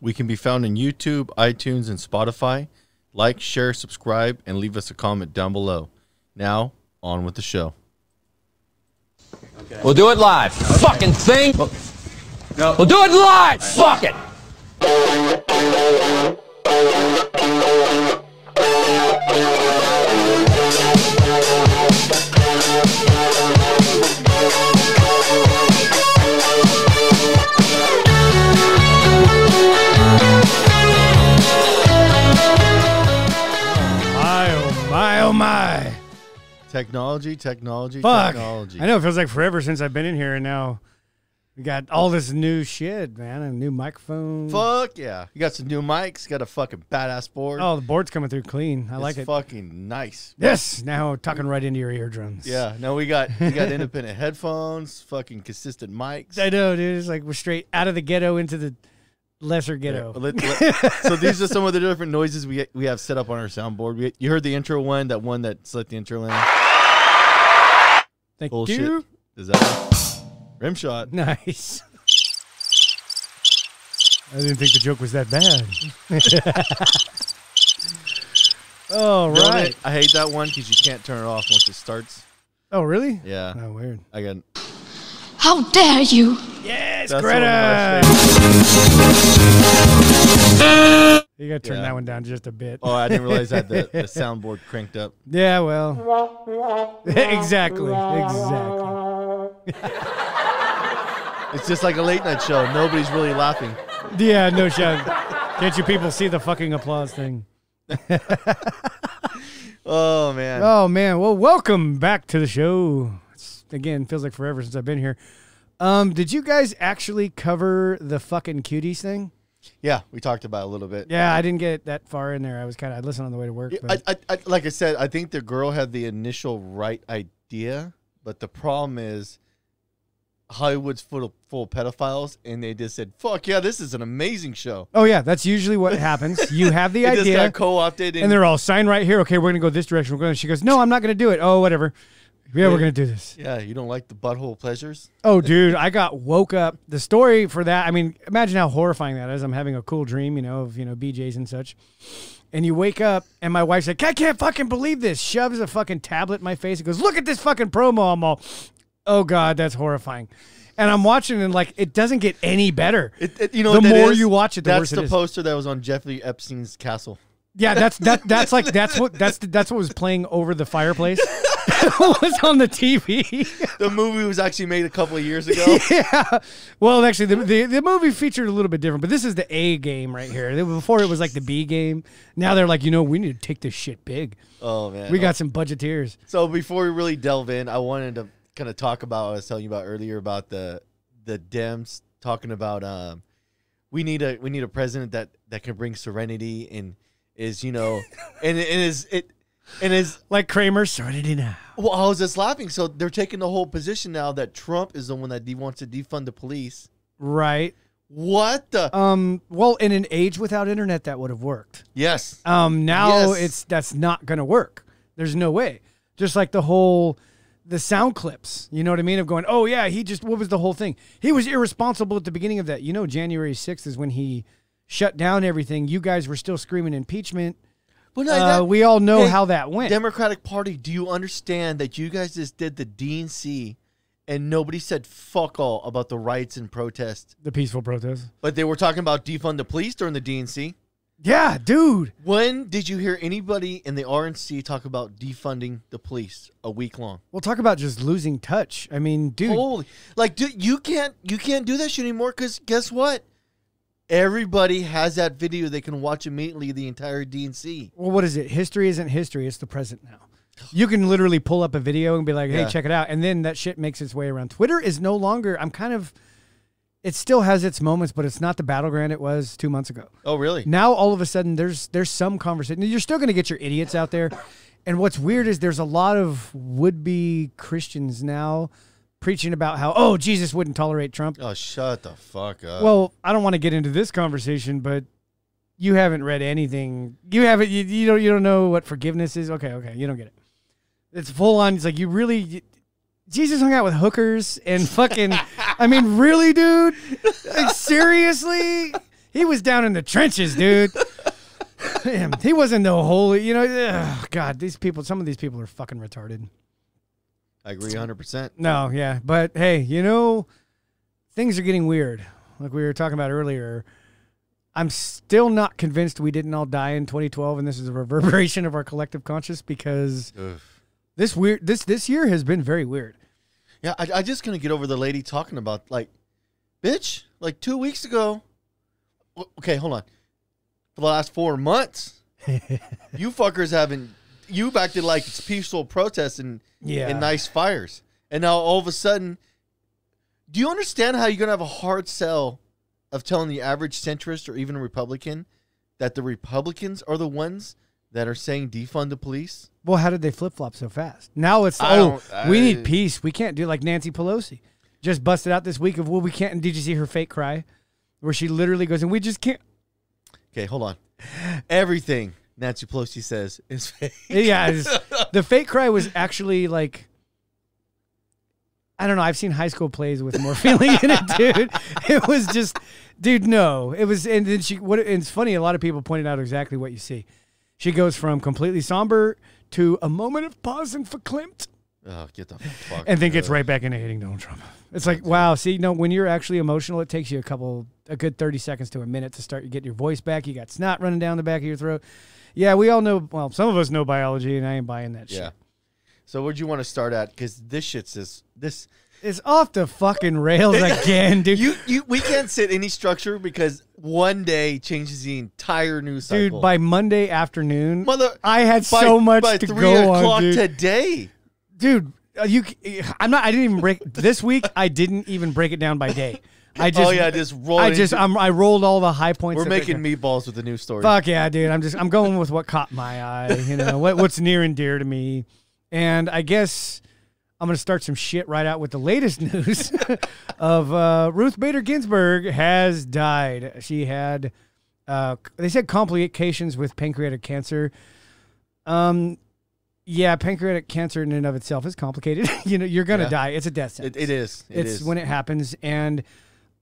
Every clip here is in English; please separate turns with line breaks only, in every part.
We can be found on YouTube, iTunes, and Spotify. Like, share, subscribe, and leave us a comment down below. Now, on with the show.
We'll do it live. Fucking thing.
No.
We'll do it live. Fuck it.
My oh my oh my!
Technology, technology,
Fuck!
technology.
I know it feels like forever since I've been in here, and now we got all this new shit, man. A new microphone.
Fuck yeah. You got some new mics, got a fucking badass board.
Oh, the board's coming through clean. I
it's
like it.
fucking nice.
Yes, now talking right into your eardrums.
Yeah, no, we got we got independent headphones, fucking consistent mics.
I know, dude. It's like we're straight out of the ghetto into the lesser
Yeah,
ghetto.
let- let- so these are some of the different noises we we have set up on our soundboard. We, you heard the intro one, that one that's let the intro in.
Thank
Bullshit.
you.
Is that rim shot?
Nice. I didn't think the joke was that bad. oh
Don't
right.
it? I hate that one because you can't turn it off once it starts.
Oh really?
Yeah.
Oh weird.
I got
How dare you!
Yes,
that's one of my
Greta.
favorites.
You gotta turn
Yeah.
that one down just a bit.
Oh, I didn't realize that the, the soundboard cranked up.
Yeah, well. exactly. Exactly.
It's just like a late night show. Nobody's really laughing.
Yeah, no shot. Can't you people see the fucking applause thing?
Oh man.
Oh man. Well, welcome back to the show. It's, again, feels like forever since I've been here. Um, did you guys actually cover the fucking cuties thing?
Yeah, we talked about it a little bit.
Yeah, I didn't get that far in there. I was kind of I listened on the way to work.
Yeah,
But
I, I, I, like I said, I think the girl had the initial right idea, but the problem is Hollywood's full of, full of pedophiles, and they just said, "Fuck yeah, this is an amazing show."
oh yeah, that's usually what happens. You have the
It just
idea,
got co-opted, and,
and they're all sign right here. Okay, we're gonna go this direction. We're going. She goes, no, I'm not gonna do it. Oh, whatever. Yeah, we're gonna do this.
yeah, you don't like the butthole pleasures.
Oh, dude, I got woke up. The story for that, I mean, imagine how horrifying that is. I'm having a cool dream, you know, of you know BJ's and such, and you wake up, and my wife's like, "I can't fucking believe this." Shoves a fucking tablet in my face and goes, "Look at this fucking promo." I'm all, "Oh god, that's horrifying," and I'm watching, and like, it doesn't get any better.
It, it- you know,
The
what that
more
is?
you watch it, the
that's
worse it
the
is.
poster that was on Jeffrey Epstein's castle.
Yeah, that's that. That's like that's what that's that's what was playing over the fireplace. was on the TV.
The movie was actually made a couple of years ago.
yeah. Well, actually, the, the the movie featured a little bit different, but this is the A game right here. They- Before it was like the B game. Now they're like, you know, we need to take this shit big.
Oh man,
We got some budgeteers.
So before we really delve in, I wanted to kind of talk about what I was telling you about earlier about the the Dems talking about um we need a we need a president that that can bring serenity and is you know and and is it and is
Like Kramer, Serenity Now.
well I was just laughing. So they're taking the whole position now that Trump is the one that de- wants to defund the police.
Right.
What the
Um. Well, in an age without internet, that would have worked.
yes
Um. Now
Yes.
it's that's not gonna work. There's no way. Just like the whole. The sound clips, you know what I mean? Of going, oh yeah, he just what was the whole thing? He was irresponsible at the beginning of that. You know, January sixth is when he shut down everything. You guys were still screaming impeachment.
but
Uh, we all know
Hey,
how that went.
Democratic Party, do you understand that you guys just did the DNC and nobody said fuck all about the riots and protests?
the peaceful protest.
But they were talking about defund the police during the DNC.
Yeah, dude.
When did you hear anybody in the RNC talk about defunding the police a week long?
We'll talk about just losing touch. I mean, dude.
Holy, like dude, you can't you can't do that shit anymore. Because guess what? Everybody has that video they can watch immediately. The entire DNC.
Well, what is it? History isn't history; it's the present now. You can literally pull up a video and be like, "Hey,
Yeah.
check it out," and then that shit makes its way around. Twitter is no longer. I'm kind of. It still has its moments, but it's not the battleground it was two months ago.
Oh really?
Now all of a sudden, there's there's some conversation. You're still going to get your idiots out there, and what's weird is there's a lot of would be Christians now preaching about how oh Jesus wouldn't tolerate Trump.
Oh shut the fuck up.
Well, I don't want to get into this conversation, but you haven't read anything. You haven't. You, you don't. You don't know what forgiveness is. Okay, okay. You don't get it. It's full on. It's like you really. you- Jesus hung out with hookers and fucking. I mean, really, dude? Like, seriously? He was down in the trenches, dude. Damn, he wasn't the holy. You know, ugh, God, these people. Some of these people are fucking retarded.
I agree 100%.
No, yeah, but hey, you know, things are getting weird. Like we were talking about earlier. I'm still not convinced we didn't all die in 2012, and this is a reverberation of our collective conscious because
Ugh.
this weird this this year has been very weird.
Yeah, I, I just couldn't get over the lady talking about like, bitch, like two weeks ago. w- Okay, hold on. For the last four months, you fuckers haven't. You've acted like it's peaceful protests and
Yeah.
and nice fires, and now all of a sudden, do you understand how you're gonna have a hard sell of telling the average centrist or even a Republican that the Republicans are the ones that are saying defund the police?
Well, how did they flip flop so fast? Now it's
I
oh,
don't-
we
I-
need peace. We can't do like Nancy Pelosi just busted out this week of well, we can't. And did you see her fake cry, where she literally goes and we just can't.
Okay, hold on. Everything Nancy Pelosi says is fake.
Yeah, it's- the fake cry was actually like. I don't know. I've seen high school plays with more feeling in it, dude. It was just, dude. No, it was. And then she. What? and It's funny. A lot of people pointed out exactly what you see. She goes from completely somber to a moment of pause and verklempt.
Oh, get the fuck.
and then gets
uh,
right back into hating Donald Trump. It's like, wow, see, no, when you're actually emotional, it takes you a couple, a good 30 seconds to a minute to start get your voice back. You got snot running down the back of your throat. Yeah, we all know, well, some of us know biology, and I ain't buying that
Yeah.
shit.
So where'd you want to start at? Because this shit's this this
It's off the fucking rails again, dude.
you you we can't sit any structure because one day changes the entire news
dude,
cycle.
by Monday afternoon,
Mother-
I had
By-
so much
by
to
three
go
o'clock
on, dude.
today.
dude uh, you c- i'm not i didn't even break this week i didn't even break it down by day i just
Oh, yeah, just roll
i
it
just
into-
I'm, i rolled all the high points
We're
that-
making meatballs with the news story.
fuck yeah dude i'm just i'm going with what caught my eye you know what, what's near and dear to me and i guess i'm gonna start some shit right out with the latest news of uh, ruth bader ginsburg has died she had uh, they said complications with pancreatic cancer um yeah, pancreatic cancer in and of itself is complicated. you know, you're gonna
Yeah.
die. It's a death
It,
sentence.
it is. It
it's
is.
when it happens. And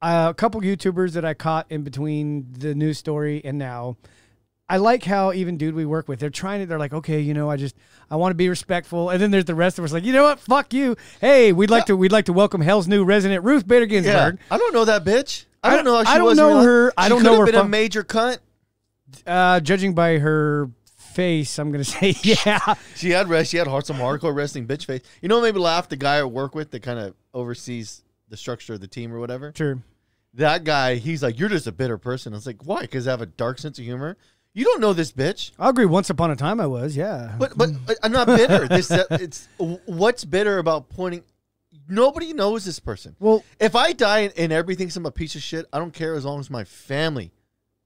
uh, a couple YouTubers that I caught in between the news story and now, I like how even dude we work with, they're trying to. They're like, okay, you know, I just I want to be respectful. And then there's the rest of us like, you know what? Fuck you. Hey, we'd like to we'd like to welcome Hell's new resident Ruth Bader
yeah.
Ginsburg.
I don't know that bitch. I
I
don't know. How
don't-
she
I don't
was
know
when
her. I
she
don't
could
know
have
her
Been a
fu-
major cunt.
Uh, judging by her face, I'm gonna say yeah.
She had rest. She had hard, some hardcore wrestling bitch face. You know, what made me laugh. The guy I work with that kind of oversees the structure of the team or whatever.
Sure.
that guy, he's like, you're just a bitter person. I was like, why? Because I have a dark sense of humor. You don't know this bitch.
I agree. Once upon a time, I was yeah.
But but but I'm not bitter. This uh, it's what's bitter about pointing. Nobody knows this person.
well,
If I die and, and everything thinks I'm a piece of shit, I don't care as long as my family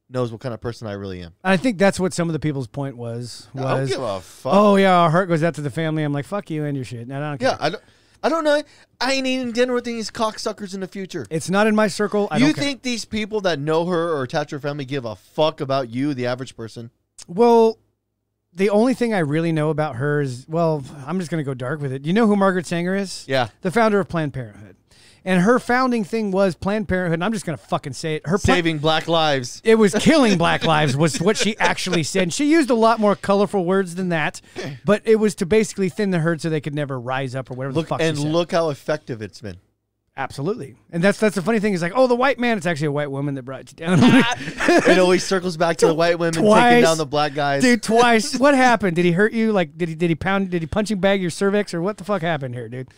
knows what kind of person I really am.
I think that's what some of the people's point was. Was
I don't give a fuck.
Oh yeah, our heart goes out to the family. I'm like, fuck you and your shit. No, I don't care.
yeah, I don't. I don't know. I ain't eating dinner with these cocksuckers in the future.
It's not in my circle. I
you
don't care.
think these people that know her or attach to her family give a fuck about you, the average person?
Well, the only thing I really know about her is well, I'm just gonna go dark with it. You know who Margaret Sanger is?
Yeah.
the founder of Planned Parenthood, and her founding thing was Planned Parenthood. And I'm just gonna fucking say it. Her pla-
Saving black lives.
it was killing black lives was what she actually said. And she used a lot more colorful words than that, but it was to basically thin the herd so they could never rise up or whatever the
Look
fuck. she
and
said.
look how effective it's been.
absolutely. And that's that's the funny thing is like, oh, the white man. It's actually a white woman that brought you down.
Ah, It always circles back to the white women
Twice.
taking down the black guys.
dude twice what happened did he hurt you like did he did he pound did he punching bag your cervix or what the fuck happened here dude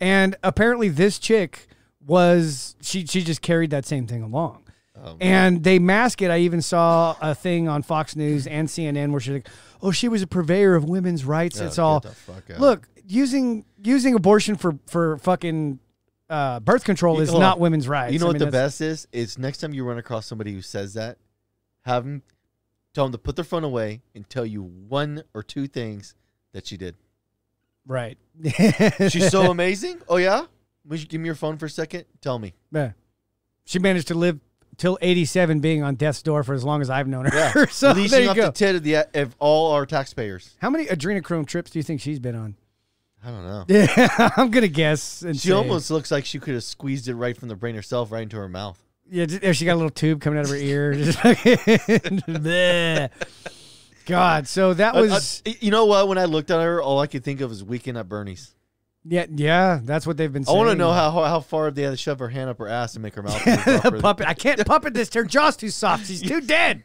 and apparently this chick was she she just carried that same thing along
Oh,
and they mask it. I even saw a thing on Fox News and CNN where she's like, "Oh, she was a purveyor of women's rights." it's all
Oh, the fuck out.
look using using abortion for for fucking uh, birth control is
Hold
not
on.
women's rights.
You know
I
what
mean,
the
that's-
best is? Is next time you run across somebody who says that, have them tell them to put their phone away and tell you one or two things that she did.
right?
She's so amazing. Oh yeah. Would you give me your phone for a second? Tell me.
Yeah. She managed to live till 87 being on death's door for as long as I've known her. so
Leashing
there you
off
go.
the tit of the of all our taxpayers.
How many adrenochrome trips do you think she's been on?
I don't know.
Yeah, I'm going to guess. And
She
say-
almost looks like she could have squeezed it right from the brain herself, right into her mouth.
Yeah, just- yeah, she got a little tube coming out of her ear. Just fucking- bleh. God, so that
I- I-
was
you know what? When I looked at her, all I could think of was Weekend at Bernie's.
yeah, yeah. That's what they've been.
I
saying.
want to know how, how how far they had to shove her hand up her ass to make her mouth. move
the
properly.
puppet. I can't puppet this. Her jaw's too soft. She's too dead.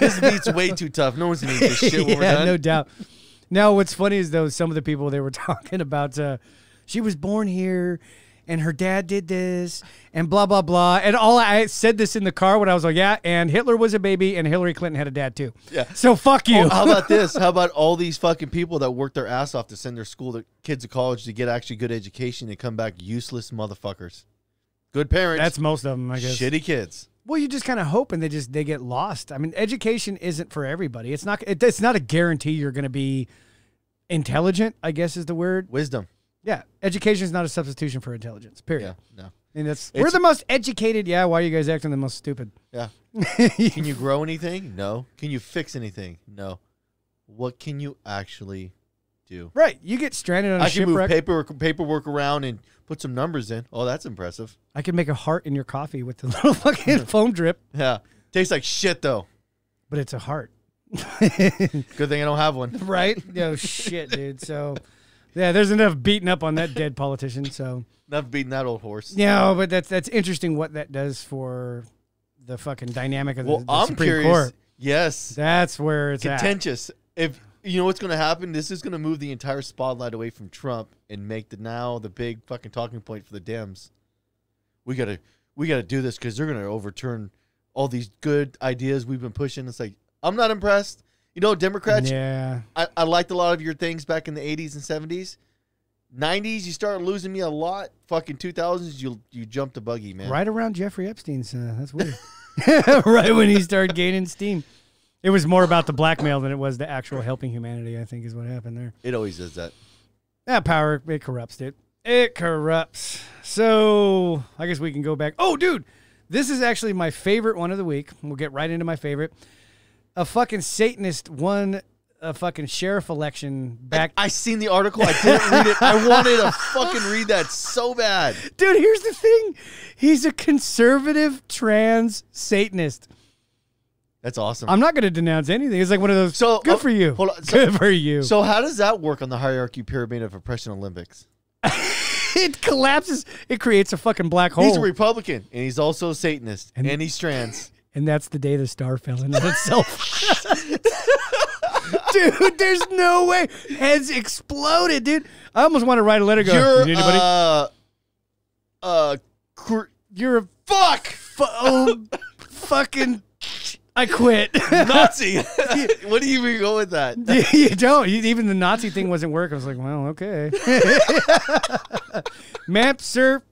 This beat's way too tough. No one's gonna eat this shit when we're
yeah,
done.
no doubt. Now, what's funny is though some of the people they were talking about. Uh, she was born here, and her dad did this, and blah blah blah. And all I said this in the car when I was like, yeah, and Hitler was a baby, and Hillary Clinton had a dad too.
Yeah.
So fuck you.
Oh, How about this? How about all these fucking people that work their ass off to send their school their kids to college to get actually good education and come back useless motherfuckers? Good parents.
That's most of them, I guess.
shitty kids.
Well, you just kind of hope, and they just they get lost. I mean, education isn't for everybody. It's not. It, it's not a guarantee you're going to be intelligent. I guess is the word.
Wisdom.
Yeah, education is not a substitution for intelligence. Period.
Yeah. No.
And that's
It's-
we're the most educated. Yeah, why are you guys acting the most stupid?
Yeah. Can you grow anything? No. Can you fix anything? No. What can you actually do?
Right. You get stranded on a
I can move
shipwreck.
paperwork paperwork around and put some numbers in. Oh, that's impressive.
I can make a heart in your coffee with the little fucking foam drip,
Yeah. Tastes like shit though.
but it's a heart.
Good thing I don't have one.
right? No shit, dude. So, yeah, there's enough beating up on that dead politician. So,
Enough beating that old horse.
no, but that's that's interesting what that does for the fucking dynamic of the,
Well,
the
I'm
Supreme
curious.
Court.
Yes.
That's where it's at.
contentious. If you know what's going to happen, this is going to move the entire spotlight away from Trump and make the now the big fucking talking point for the Dems. We gotta we gotta do this because they're going to overturn all these good ideas we've been pushing. It's like I'm not impressed. You know, Democrats.
Yeah.
I, I liked a lot of your things back in the 80s and 70s. 90s, you started losing me a lot. Fucking 2000s, you you jumped a buggy, man.
right around Jeffrey Epstein's. Uh, that's weird. right when he started gaining steam, it was more about the blackmail than it was the actual helping humanity. I think is what happened there.
It always does that.
That power it corrupts it. It corrupts. So I guess we can go back. Oh, dude, this is actually my favorite one of the week. We'll get right into my favorite. A fucking Satanist won a fucking sheriff election back.
I seen the article. I didn't read it. I wanted to fucking read that so bad.
dude, here's the thing: he's a conservative trans Satanist.
That's awesome.
I'm not going to denounce anything. It's like one of those.
So,
So good
oh,
for you.
hold on. So-
good for you.
So how does that work on the hierarchy pyramid of oppression Olympics?
it collapses. It creates a fucking black hole,
He's a Republican and he's also a Satanist and, he's trans.
and that's the day the star fell into itself. dude, there's no way. Heads exploded, dude. I almost want to write a letter. Go.
You're
"You need anybody?
uh uh cr-
You're a
fuck
fu- oh, fucking. I quit.
Nazi. what do you even go with that?
you don't. You, even the Nazi thing wasn't working. I was like, well, okay. Map, sir.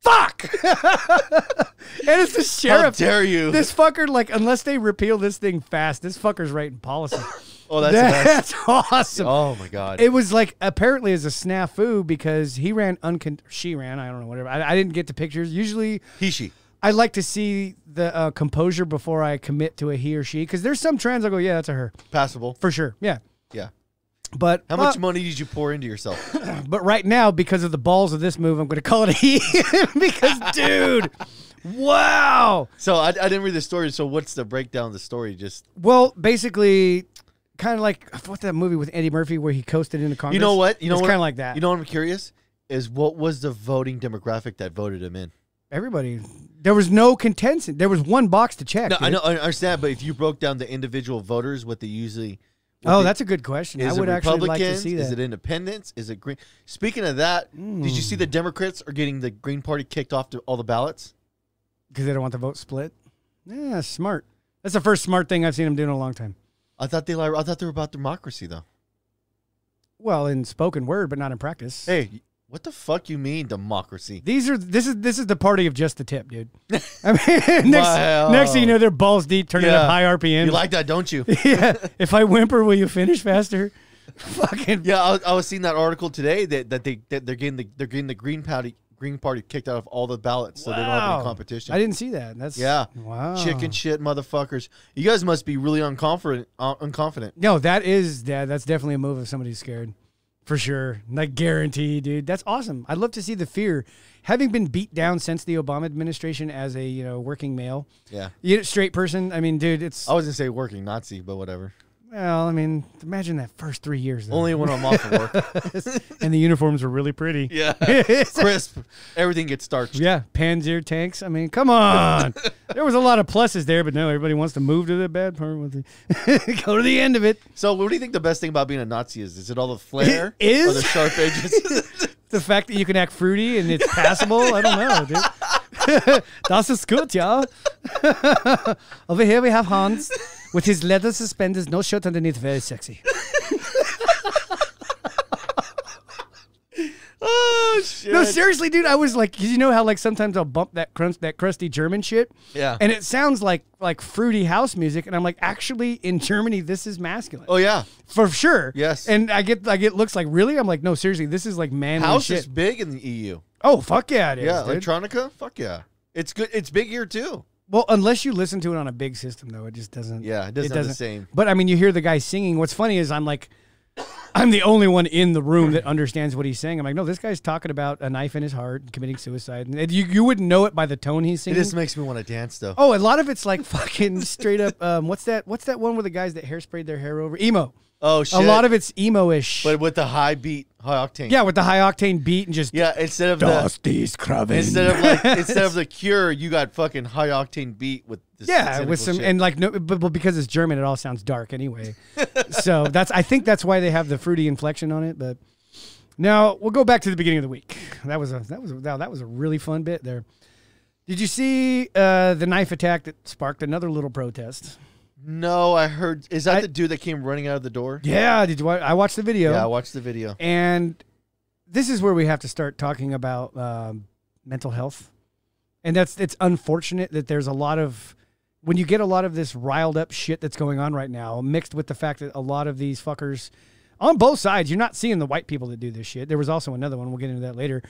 Fuck! and it's
How
the sheriff.
dare you?
This fucker, like, unless they repeal this thing fast, this fucker's writing policy.
oh, that's, the best.
That's awesome.
Oh my god.
It was like apparently as a snafu because he ran uncon she ran I don't know whatever I, I didn't get the pictures usually
he she.
I like to see the uh, composure before I commit to a he or she because there's some trans I go yeah that's a her
Passable.
for sure yeah
Yeah.
but
How much
uh,
money did you pour into yourself?
But right now, because of the balls of this move, I'm going to call it a he. because, dude, wow.
So I, I didn't read the story. So what's the breakdown of the story? Just
Well, basically, kind of like what's that movie with Eddie Murphy where he coasted into Congress?
you know what? You know
it's
what-
kind of like that.
You know what I'm curious is what was the voting demographic that voted him in?
everybody. There was no contention. There was one box to check.
No, I
dude.
know I understand, but if you broke down the individual voters, what they usually
Oh, that's a good question. I
is
would
it
actually
Republicans?
like to see
Is
that.
it independents? Is it green? Speaking of that, did you see the Democrats are getting the Green Party kicked off to all the ballots?
Because they don't want the vote split. Yeah, smart. That's the first smart thing I've seen him do in a long time.
I thought they like, I thought they were about democracy though.
Well, in spoken word, but not in practice.
Hey, what the fuck you mean democracy?
These are this is this is the party of just the tip, dude. I mean, next,
Wow.
next thing you know, they're balls deep, turning
Yeah.
up high RPM.
You like that, don't you?
yeah. If I whimper, will you finish faster? Fucking
yeah, I, was- I was seeing that article today that, that they that they're getting the they're getting the Green Party Green Party kicked out of all the ballots, so they don't have
wow.
any competition.
I didn't see that. That's
Yeah.
Wow.
Chicken shit, motherfuckers. You guys must be really unconfident. Uh, unconfident.
No, that is that. That's definitely a move if somebody's scared. For sure. Like guaranteed, dude. That's awesome. I'd love to see the fear. Having been beat down since the Obama administration as a, you know, working male.
Yeah.
You know, straight person. I mean, dude, it's
I was gonna say working Nazi, but whatever.
well, I mean, imagine that first three years though.
Only when I'm off of work.
and the uniforms were really pretty.
Yeah. Crisp. Everything gets starched.
Yeah, Panzer tanks. I mean, come on. there was a lot of pluses there, but no, everybody wants to move to the bad part. With the Go to the end of it.
So, what do you think the best thing about being a Nazi is? Is it all the flair?
It is?
Or the sharp edges?
The fact that you can act fruity and it's passable, I don't know, dude. das ist gut, yeah. Over here we have Hans with his leather suspenders, no shirt underneath, very sexy.
oh, shit.
No, seriously, dude. I was like, 'cause you know how like sometimes I'll bump that crunch, that crusty German shit.
Yeah.
And it sounds like like fruity house music, and I'm like, actually, in Germany, this is masculine
Oh, yeah.
for sure.
Yes.
And I get I get looks like really. I'm like, no, seriously, this is like manly
House
shit.
is big in the E EU.
oh fuck yeah, it is.
Yeah.
dude.
Electronica? Fuck yeah. It's good. It's big here, too.
Well, unless you listen to it on a big system, though, it just doesn't.
Yeah, it doesn't have the same.
But I mean, you hear the guy singing. What's funny is I'm like, I'm the only one in the room that understands what he's saying. I'm like, no, this guy's talking about a knife in his heart, and committing suicide, and you you wouldn't know it by the tone he's
It
singing.
just makes me want to dance, though.
oh, a lot of it's like fucking straight up. Um, what's that? What's that one where the guys that hairsprayed their hair over emo?
Oh, shit.
A lot of it's emo-ish.
But with the high beat, high octane.
yeah, with the high octane beat and just
Yeah. Instead of the.
Dusty's Craven.
Instead of like, instead of the cure, you got fucking high octane beat with this
yeah,
cynical
with some
shit.
and like no, but, but because it's German, it all sounds dark anyway. so that's I think that's why they have the fruity inflection on it. But now we'll go back to the beginning of the week. That was a that was a, wow, that was a really fun bit there. Did you see uh, the knife attack that sparked another little protest?
no, I heard. Is that
I-
the dude that came running out of the door?
Yeah, did you? wa- I watched the video.
Yeah, I watched the video.
And this is where we have to start talking about um, mental health. And that's it's unfortunate that there's a lot of when you get a lot of this riled up shit that's going on right now, mixed with the fact that a lot of these fuckers on both sides, you're not seeing the white people that do this shit. There was also another one. We'll get into that later.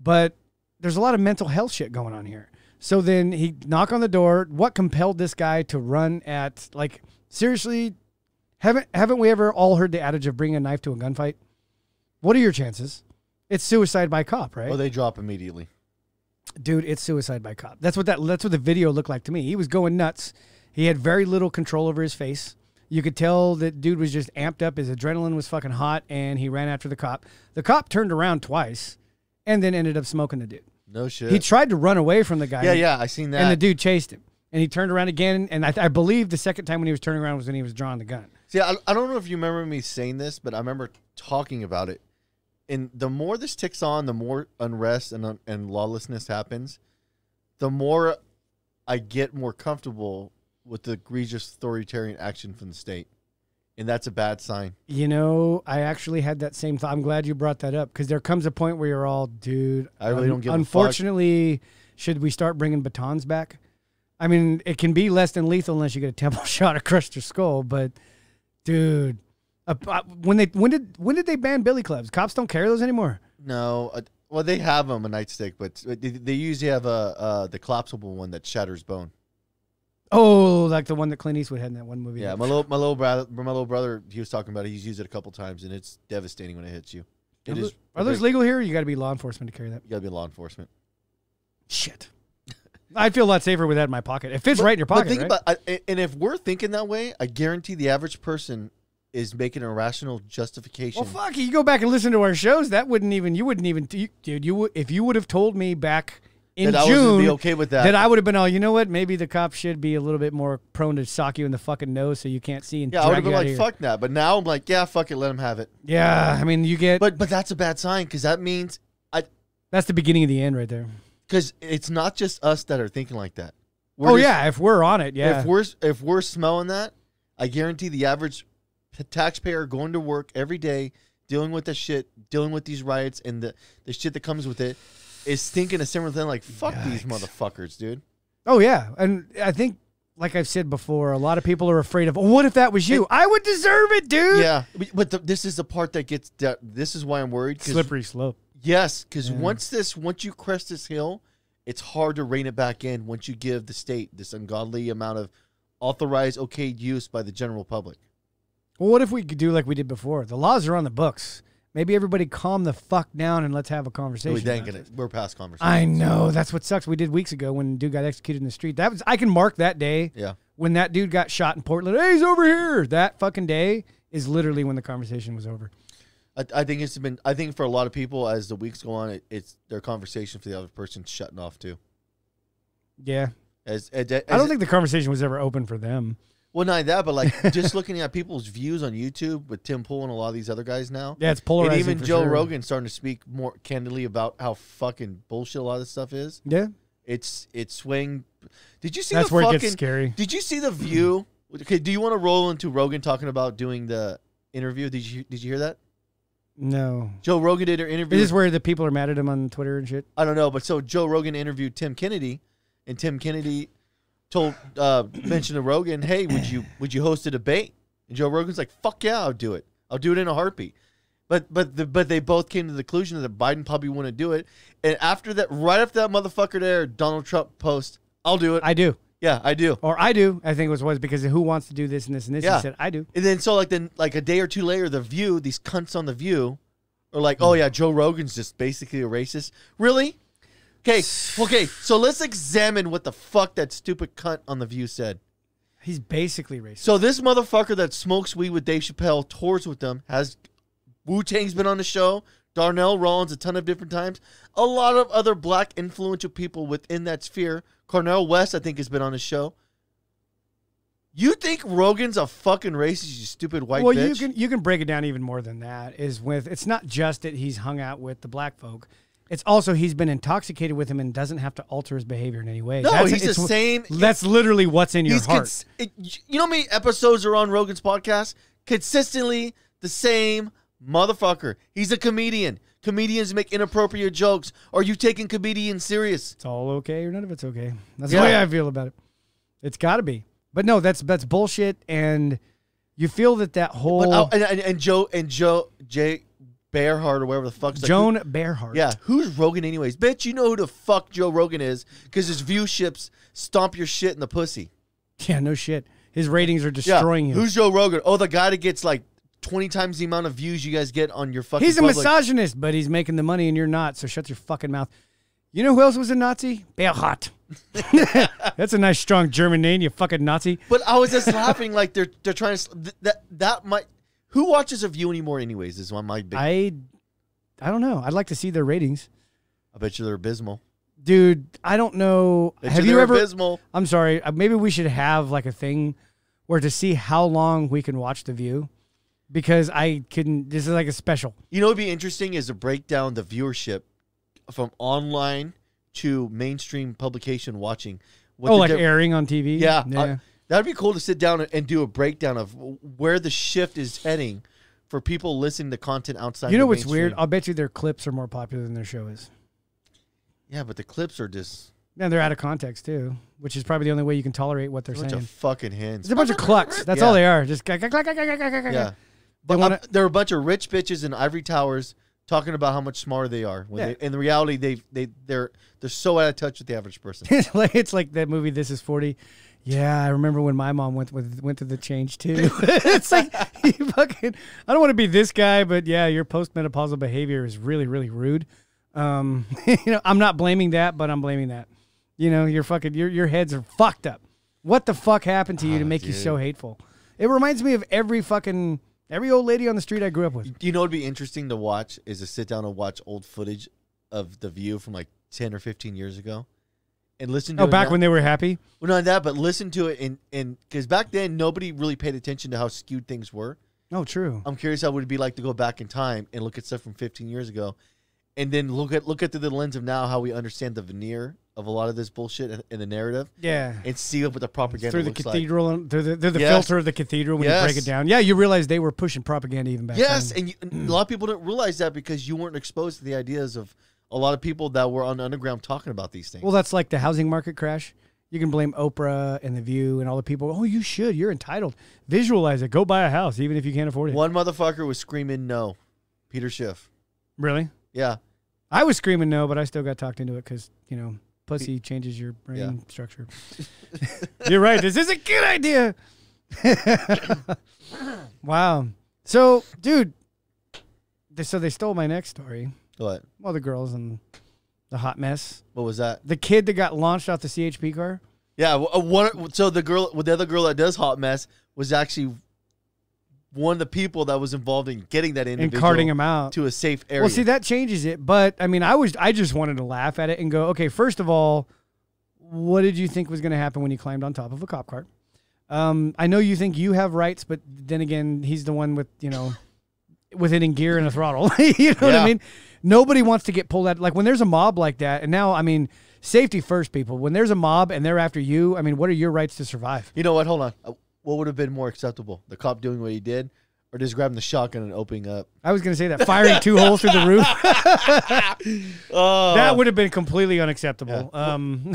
But there's a lot of mental health shit going on here. So then he knock on the door. What compelled this guy to run at like seriously? Haven't haven't we ever all heard the adage of bringing a knife to a gunfight? What are your chances? It's suicide by cop, right?
Oh, they drop immediately.
Dude, it's suicide by cop. That's what that that's what the video looked like to me. He was going nuts. He had very little control over his face. You could tell that dude was just amped up. His adrenaline was fucking hot, and he ran after the cop. The cop turned around twice, and then ended up smoking the dude.
No shit.
He tried to run away from the guy.
yeah, yeah, I seen that.
And the dude chased him, and he turned around again. And I, th- I believe the second time when he was turning around was when he was drawing the gun.
See, I, I don't know if you remember me saying this, but I remember talking about it. And the more this ticks on, the more unrest and and lawlessness happens. The more I get more comfortable with the egregious authoritarian action from the state, and that's a bad sign.
You know, I actually had that same thought. I'm glad you brought that up because there comes a point where you're all, dude.
I really don't give a fuck."
Unfortunately, should we start bringing batons back? I mean, it can be less than lethal unless you get a temple shot or crushed your skull. But, dude, uh, uh, when they when did when did they ban billy clubs? Cops don't carry those anymore.
No, uh, well, they have them a nightstick, but they, they usually have a uh, the collapsible one that shatters bone.
Oh, like the one that Clint Eastwood had in that one movie.
Yeah, my little my little brother, my little brother, he was talking about it. He's used it a couple times, and it's devastating when it hits you.
Are,
It
those,
is.
are those legal here? Or you got to be law enforcement to carry that.
You gotta be law enforcement.
Shit. I'd feel a lot safer with that in my pocket. It fits right in your pocket.
But think
right?
about, I- and if we're thinking that way, I guarantee the average person is making a rational justification.
Well, fuck! You go back and listen to our shows. That wouldn't even you wouldn't even you, dude. You would if you would have told me back in
That I wasn't
June
be okay with that.
That I would have been all. You know what? Maybe the cops should be a little bit more prone to sock you in the fucking nose so you can't see and
yeah, I would have
drag
been
you out
like,
of here.
"Fuck that," but now I'm like, "Yeah, fuck it, let him have it."
Yeah, I mean, you get. But
But but that's a bad sign because that means I
that's the beginning of the end right there.
because it's not just us that are thinking like that. We're
Oh
just-
yeah, if we're on it, yeah.
If we're if we're smelling that, I guarantee the average p- taxpayer going to work every day, dealing with the shit, dealing with these riots and the, the shit that comes with it, is thinking a similar thing like fuck these motherfuckers, dude.
oh yeah, and I think. Like I've said before, a lot of people are afraid of. Oh, what if that was you? I would deserve it, dude.
Yeah, but, but the, this is the part that gets that, this is why I'm worried. 'cause-
Slippery slope.
Yes, because once this once you crest this hill, it's hard to rein it back in. Once you give the state this ungodly amount of authorized okayed use by the general public.
Well, what if we could do like we did before? The laws are on the books. Maybe everybody calm the fuck down and let's have a conversation.
We didn't
about
get
this.
it. We're past conversation.
I know that's what sucks. We did weeks ago when dude got executed in the street. That was I can mark that day.
Yeah.
When that dude got shot in Portland, hey, he's over here. That fucking day is literally when the conversation was over.
I, I think it's been. I think for a lot of people, as the weeks go on, it, it's their conversation for the other person shutting off too.
Yeah.
As, as, as
I don't think the conversation was ever open for them.
Well, not that, but like just looking at people's views on YouTube with Tim Pool and a lot of these other guys now.
Yeah, it's polarizing.
And even
for
Joe
sure.
Rogan starting to speak more candidly about how fucking bullshit a lot of this stuff is.
Yeah.
It's it's swaying. Did you see
That's
the
where it
fucking?
gets scary.
Did you see the view? Okay, do you want to roll into Rogan talking about doing the interview? Did you did you hear that?
No.
Joe Rogan did an interview.
This is where the people are mad at him on Twitter and shit.
I don't know, but so Joe Rogan interviewed Tim Kennedy, and Tim Kennedy told uh, mentioned to Rogan, "Hey, would you would you host a debate?" And Joe Rogan's like, "Fuck yeah, I'll do it. I'll do it in a heartbeat." But but the, but they both came to the conclusion that Biden probably wouldn't do it. And after that, right after that motherfucker there, Donald Trump post, "I'll do it."
I do.
yeah, I do.
Or I do. I think it was was because who wants to do this and this and this?
Yeah.
He said I do.
And then so like then like a day or two later, the View, these cunts on the View, are like,
Hmm.
oh yeah, Joe Rogan's just basically a racist. Really? Okay, okay. So let's examine what the fuck that stupid cunt on the View said.
He's basically racist.
So this motherfucker that smokes weed with Dave Chappelle tours with them has Wu Tang's been on the show. Darnell Rollins a ton of different times. A lot of other black influential people within that sphere. Cornell West, I think, has been on the show. You think Rogan's a fucking racist, you stupid white
well,
bitch?
you can you can break it down even more than that. Is with it's not just that he's hung out with the black folk. It's also he's been intoxicated with him and doesn't have to alter his behavior in any way.
No,
that's,
he's the
it's-
same-
That's literally what's in your
He's
heart.
cons- it- you know how many episodes are on Rogan's podcast? Consistently the same motherfucker. He's a comedian. Comedians make inappropriate jokes. Are you taking comedians serious?
it's all okay or none of it's okay. That's
Yeah.
the way I feel about it. It's got to be. But no, that's that's bullshit. And you feel that that
But uh,
whole
I- and, and, and Joe and Joe Jay Bearhart or whatever the fuck's like,
Joan
who-
Bearhart.
yeah, who's Rogan anyways? Bitch, you know who the fuck Joe Rogan is because his viewships stomp your shit in the pussy.
yeah, no shit. His ratings are
Yeah,
destroying him.
who's Joe Rogan? Oh, the guy that gets like twenty times the amount of views you guys get on your fucking.
He's a
public-
misogynist, but he's making the money and you're not. So shut your fucking mouth. You know who else was a Nazi? Bearhart. That's a nice strong German name, you fucking Nazi.
But I was just laughing like they're they're trying to th- that that might who watches a view anymore anyways is one my big I,
I I don't know. I'd like to see their ratings.
bet you they're abysmal.
Dude, I don't know.
Bet
have
you
you
they're
ever
abysmal.
I'm sorry. uh, Maybe we should have like a thing where to see how long we can watch the view because I couldn't this is like a special.
You know what'd be interesting is to break down the viewership from online to mainstream publication watching. What
oh,
the
like
diff-
airing on TV.
yeah, I- that'd be cool to sit down and do a breakdown of where the shift is heading for people listening to content outside.
you know
the
what's weird?
mainstream.
I'll bet you their clips are more popular than their show is.
Yeah, but the clips are just
Yeah, they're out of context too, which is probably the only way you can tolerate what they're
a bunch
saying.
of fucking hands.
it's a bunch of clucks. That's
Yeah.
all they are. Just clack, clack, clack, clack, clack, clack, clack.
Yeah. But
wanna-
um, there are a bunch of rich bitches in ivory towers talking about how much smarter they are. When
Yeah.
they, in reality, they they they're they're so out of touch with the average person.
It's like it's like that movie. This is forty. Yeah, I remember when my mom went with, went through the change too. it's like you fucking. I don't want to be this guy, but yeah, your postmenopausal behavior is really really rude. Um, you know, I'm not blaming that, but I'm blaming that. You know, your fucking your your heads are fucked up. What the fuck happened to you
Ah,
to make you so hateful? It reminds me of every fucking every old lady on the street I grew up with.
you know, it'd be interesting to watch is to sit down and watch old footage of the view from like ten or fifteen years ago, and listen. to
Oh,
it
back
now-
when they were happy.
Well, not that, but listen to it and and because back then nobody really paid attention to how skewed things were.
Oh, true.
I'm curious how it would be like to go back in time and look at stuff from 15 years ago, and then look at look at through the lens of now how we understand the veneer of a lot of this bullshit and, and the narrative,
Yeah.
and see what the propaganda
through the
looks like.
cathedral, and through the, through the
Yes.
filter of the cathedral when you break
Yes.
it down. Yeah, you realize they were pushing propaganda even back
Yes,
then.
and, you, and a lot of people didn't realize that because you weren't exposed to the ideas of a lot of people that were on the underground talking about these things.
Well, that's like the housing market crash. You can blame Oprah and The View and all the people. Oh, you should. You're entitled. Visualize it. Go buy a house, even if you can't afford it.
One motherfucker was screaming no, Peter Schiff.
Really?
Yeah,
I was screaming no, but I still got talked into it because, you know, pussy changes your brain
Yeah.
structure. You're right. This is a good idea. wow. So, dude, they, so they stole my next story.
What?
Well, the girls and the hot mess.
What was that?
The kid that got launched off the CHP car.
Yeah. w- uh, One. So the girl, well, the other girl that does hot mess was actually one of the people that was involved in getting that individual
carting him out.
to a safe area.
Well, see, that changes it. But I mean, I was I just wanted to laugh at it and go, okay, first of all, what did you think was going to happen when you climbed on top of a cop car? Um, I know you think you have rights, but then again, he's the one with you know, with it in gear and a throttle. you know what I
Yeah.
mean? Nobody wants to get pulled out. Like when there's a mob like that, and now I mean, safety first, people. When there's a mob and they're after you, I mean, what are your rights to survive?
You know what? Hold on. Uh, What would have been more acceptable? The cop doing what he did, or just grabbing the shotgun and opening up?
I was going to say that firing two holes through the roof. that would have been completely unacceptable. Um,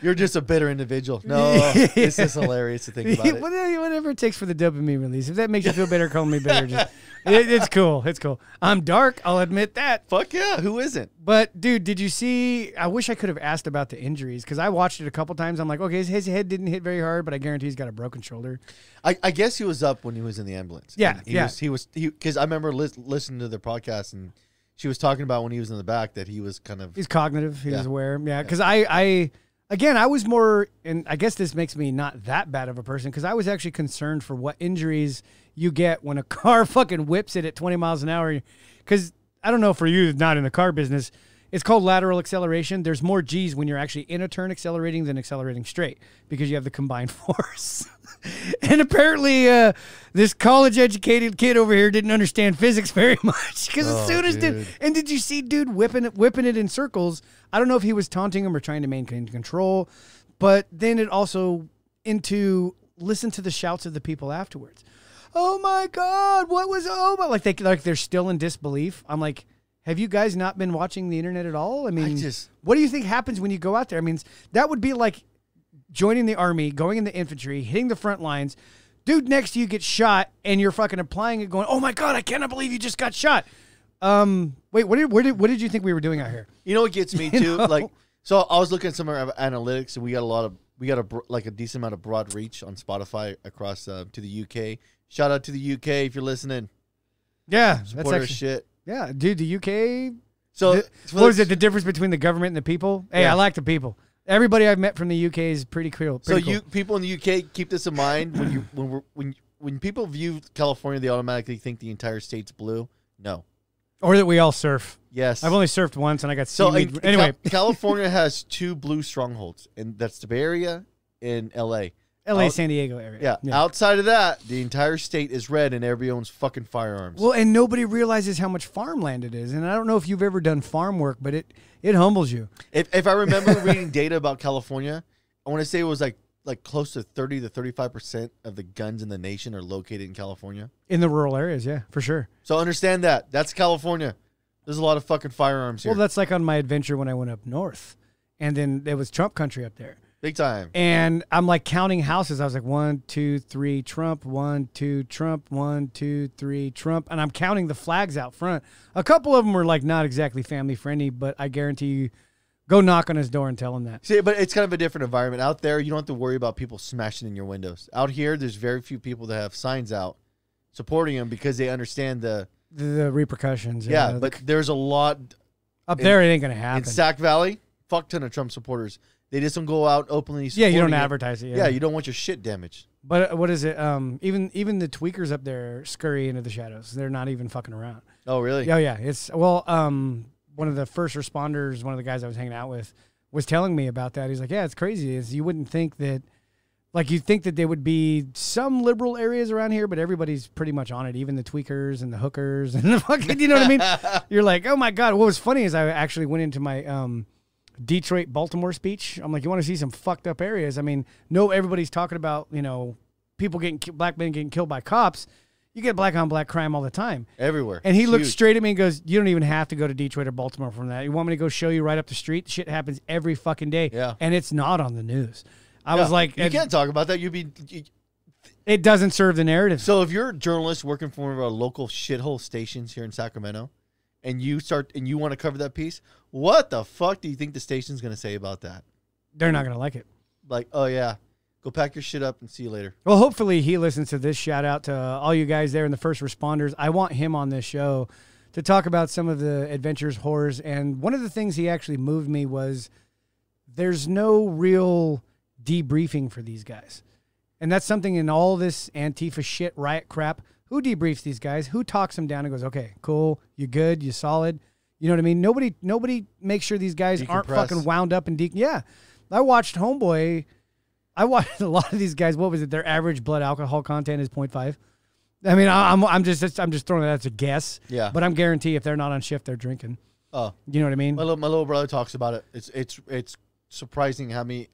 You're just a bitter individual. No, this is hilarious to think about it.
whatever, whatever it takes for the dopamine release. If that makes you feel better, call me bitter. Just, it, it's cool. It's cool. I'm dark. I'll admit that.
Fuck yeah, who isn't?
But dude, did you see? I wish I could have asked about the injuries because I watched it a couple times. I'm like, okay, his, his head didn't hit very hard, but I guarantee he's got a broken shoulder.
I, I guess he was up when he was in the ambulance.
Yeah,
And he
yeah.
Was, he was he because I remember lis- listening to the podcast and she was talking about when he was in the back that he was kind of
He's cognitive. He was
Yeah.
aware. Yeah, because I, I, again, I was more, and I guess this makes me not that bad of a person because I was actually concerned for what injuries you get when a car fucking whips it at 20 miles an hour. Because I don't know for you, not in the car business, it's called lateral acceleration. There's more G's when you're actually in a turn accelerating than accelerating straight because you have the combined force. and apparently, uh, this college educated kid over here didn't understand physics very much because as soon as Oh, dude,
dude.
and did you see dude whipping it, whipping it in circles? I don't know if he was taunting him or trying to maintain control, but then it also into listen to the shouts of the people afterwards. Oh my god, what was oh my like they like they're still in disbelief. I'm like, have you guys not been watching the internet at all? I mean,
just-
what do you think happens when you go out there? I mean, that would be like joining the army, going in the infantry, hitting the front lines. Dude next to you gets shot, and you're fucking applying it, going, "Oh my god, I cannot believe you just got shot." Um, wait, what did what did what did you think we were doing out here?
You know what gets me
You
too?
know?
Like, so I was looking at some of our analytics, and we got a lot of we got a br- like a decent amount of broad reach on Spotify across uh, to the UK. Shout out to the UK if you're listening.
Yeah, that's
Support our
actually
shit.
yeah, dude. The UK,
So for
what is
the-
it? The difference between the government and the people? Hey,
Yeah.
I like the people. Everybody I've met from the UK is pretty cool.
So
Pretty
you
cool.
people in the UK keep this in mind when you when we're, when when people view California, they automatically think the entire state's blue. No.
or that we all surf.
Yes.
I've only surfed once, and I got
so
so
in- in
anyway.
Cal- California has two blue strongholds, and that's the Bay Area and LA.
LA,
out-
San Diego area.
Yeah. Outside of that, the entire state is red, and everybody owns fucking firearms.
Well, and nobody realizes how much farmland it is. And I don't know if you've ever done farm work, but it it humbles you.
If, if I remember reading data about California, I want to say it was like like close to thirty to thirty five percent of the guns in the nation are located in California.
In the rural areas, yeah, for sure.
So understand that that's California. There's a lot of fucking firearms here,
Well, that's like on my adventure when I went up north. And then there was Trump country up there.
big time.
And I'm like counting houses. I was like, one, two, three, Trump, one, two, Trump, one, two, three, Trump. And I'm counting the flags out front. A couple of them were like not exactly family friendly, but I guarantee you go knock on his door and tell him that.
See, but it's kind of a different environment out there. You don't have to worry about people smashing in your windows. Out here, there's very few people that have signs out supporting them because they understand the
The, the repercussions.
yeah.
uh,
but there's a lot
up there, it ain't going to
in
happen.
Sac Valley. Fuck ton of Trump supporters. They just don't go out openly.
Yeah, you don't
supporting it.
advertise it.
Yeah. you don't want your shit damaged.
But uh, what is it? Um, even even the tweakers up there scurry into the shadows. They're not even fucking around.
Oh, really?
Yeah, yeah. It's well, um, one of the first responders, one of the guys I was hanging out with, was telling me about that. He's like, "Yeah, it's crazy. It's, you wouldn't think that, like, you think that there would be some liberal areas around here, but everybody's pretty much on it. Even the tweakers and the hookers and the fucking, you know what I mean? You're like, oh my god. What was funny is I actually went into my um, Detroit Baltimore speech. I'm like, you want to see some fucked up areas? I mean, no, everybody's talking about you know people getting ki- black men getting killed by cops. You get black on black crime all the time.
Everywhere.
And he
It's
looks
huge.
straight at me and goes, "You don't even have to go to Detroit or Baltimore from that. You want me to go show you right up the street? Shit happens every fucking day.
Yeah.
and it's not on the news." I was
Yeah,
like,
you
it,
can't talk about that. You'd be you-
it doesn't serve the narrative."
so if you're a journalist working for one of our local shithole stations here in Sacramento, and you start and you want to cover that piece, what the fuck do you think the station's going to say about that?
They're not gonna like it.
Like, oh yeah, go pack your shit up and see you later.
Well, hopefully he listens to this. Shout out to all you guys there and the first responders. I want him on this show to talk about some of the adventures, horrors, and one of the things he actually moved me was there's no real debriefing for these guys. And that's something in all this Antifa shit, riot crap. Who debriefs these guys? Who talks them down and goes, okay, cool, you good, you solid? You know what I mean? Nobody, nobody makes sure these guys aren't
Decompress.
fucking wound up and de- yeah. I watched Homeboy. I watched a lot of these guys. What was it? Their average blood alcohol content is 0.5. I mean, I- I'm I'm just I'm just throwing that as a guess.
Yeah.
But I'm guarantee if they're not on shift, they're drinking.
Oh,
You know what I mean?
my little, my little brother talks about it. It's it's it's surprising how many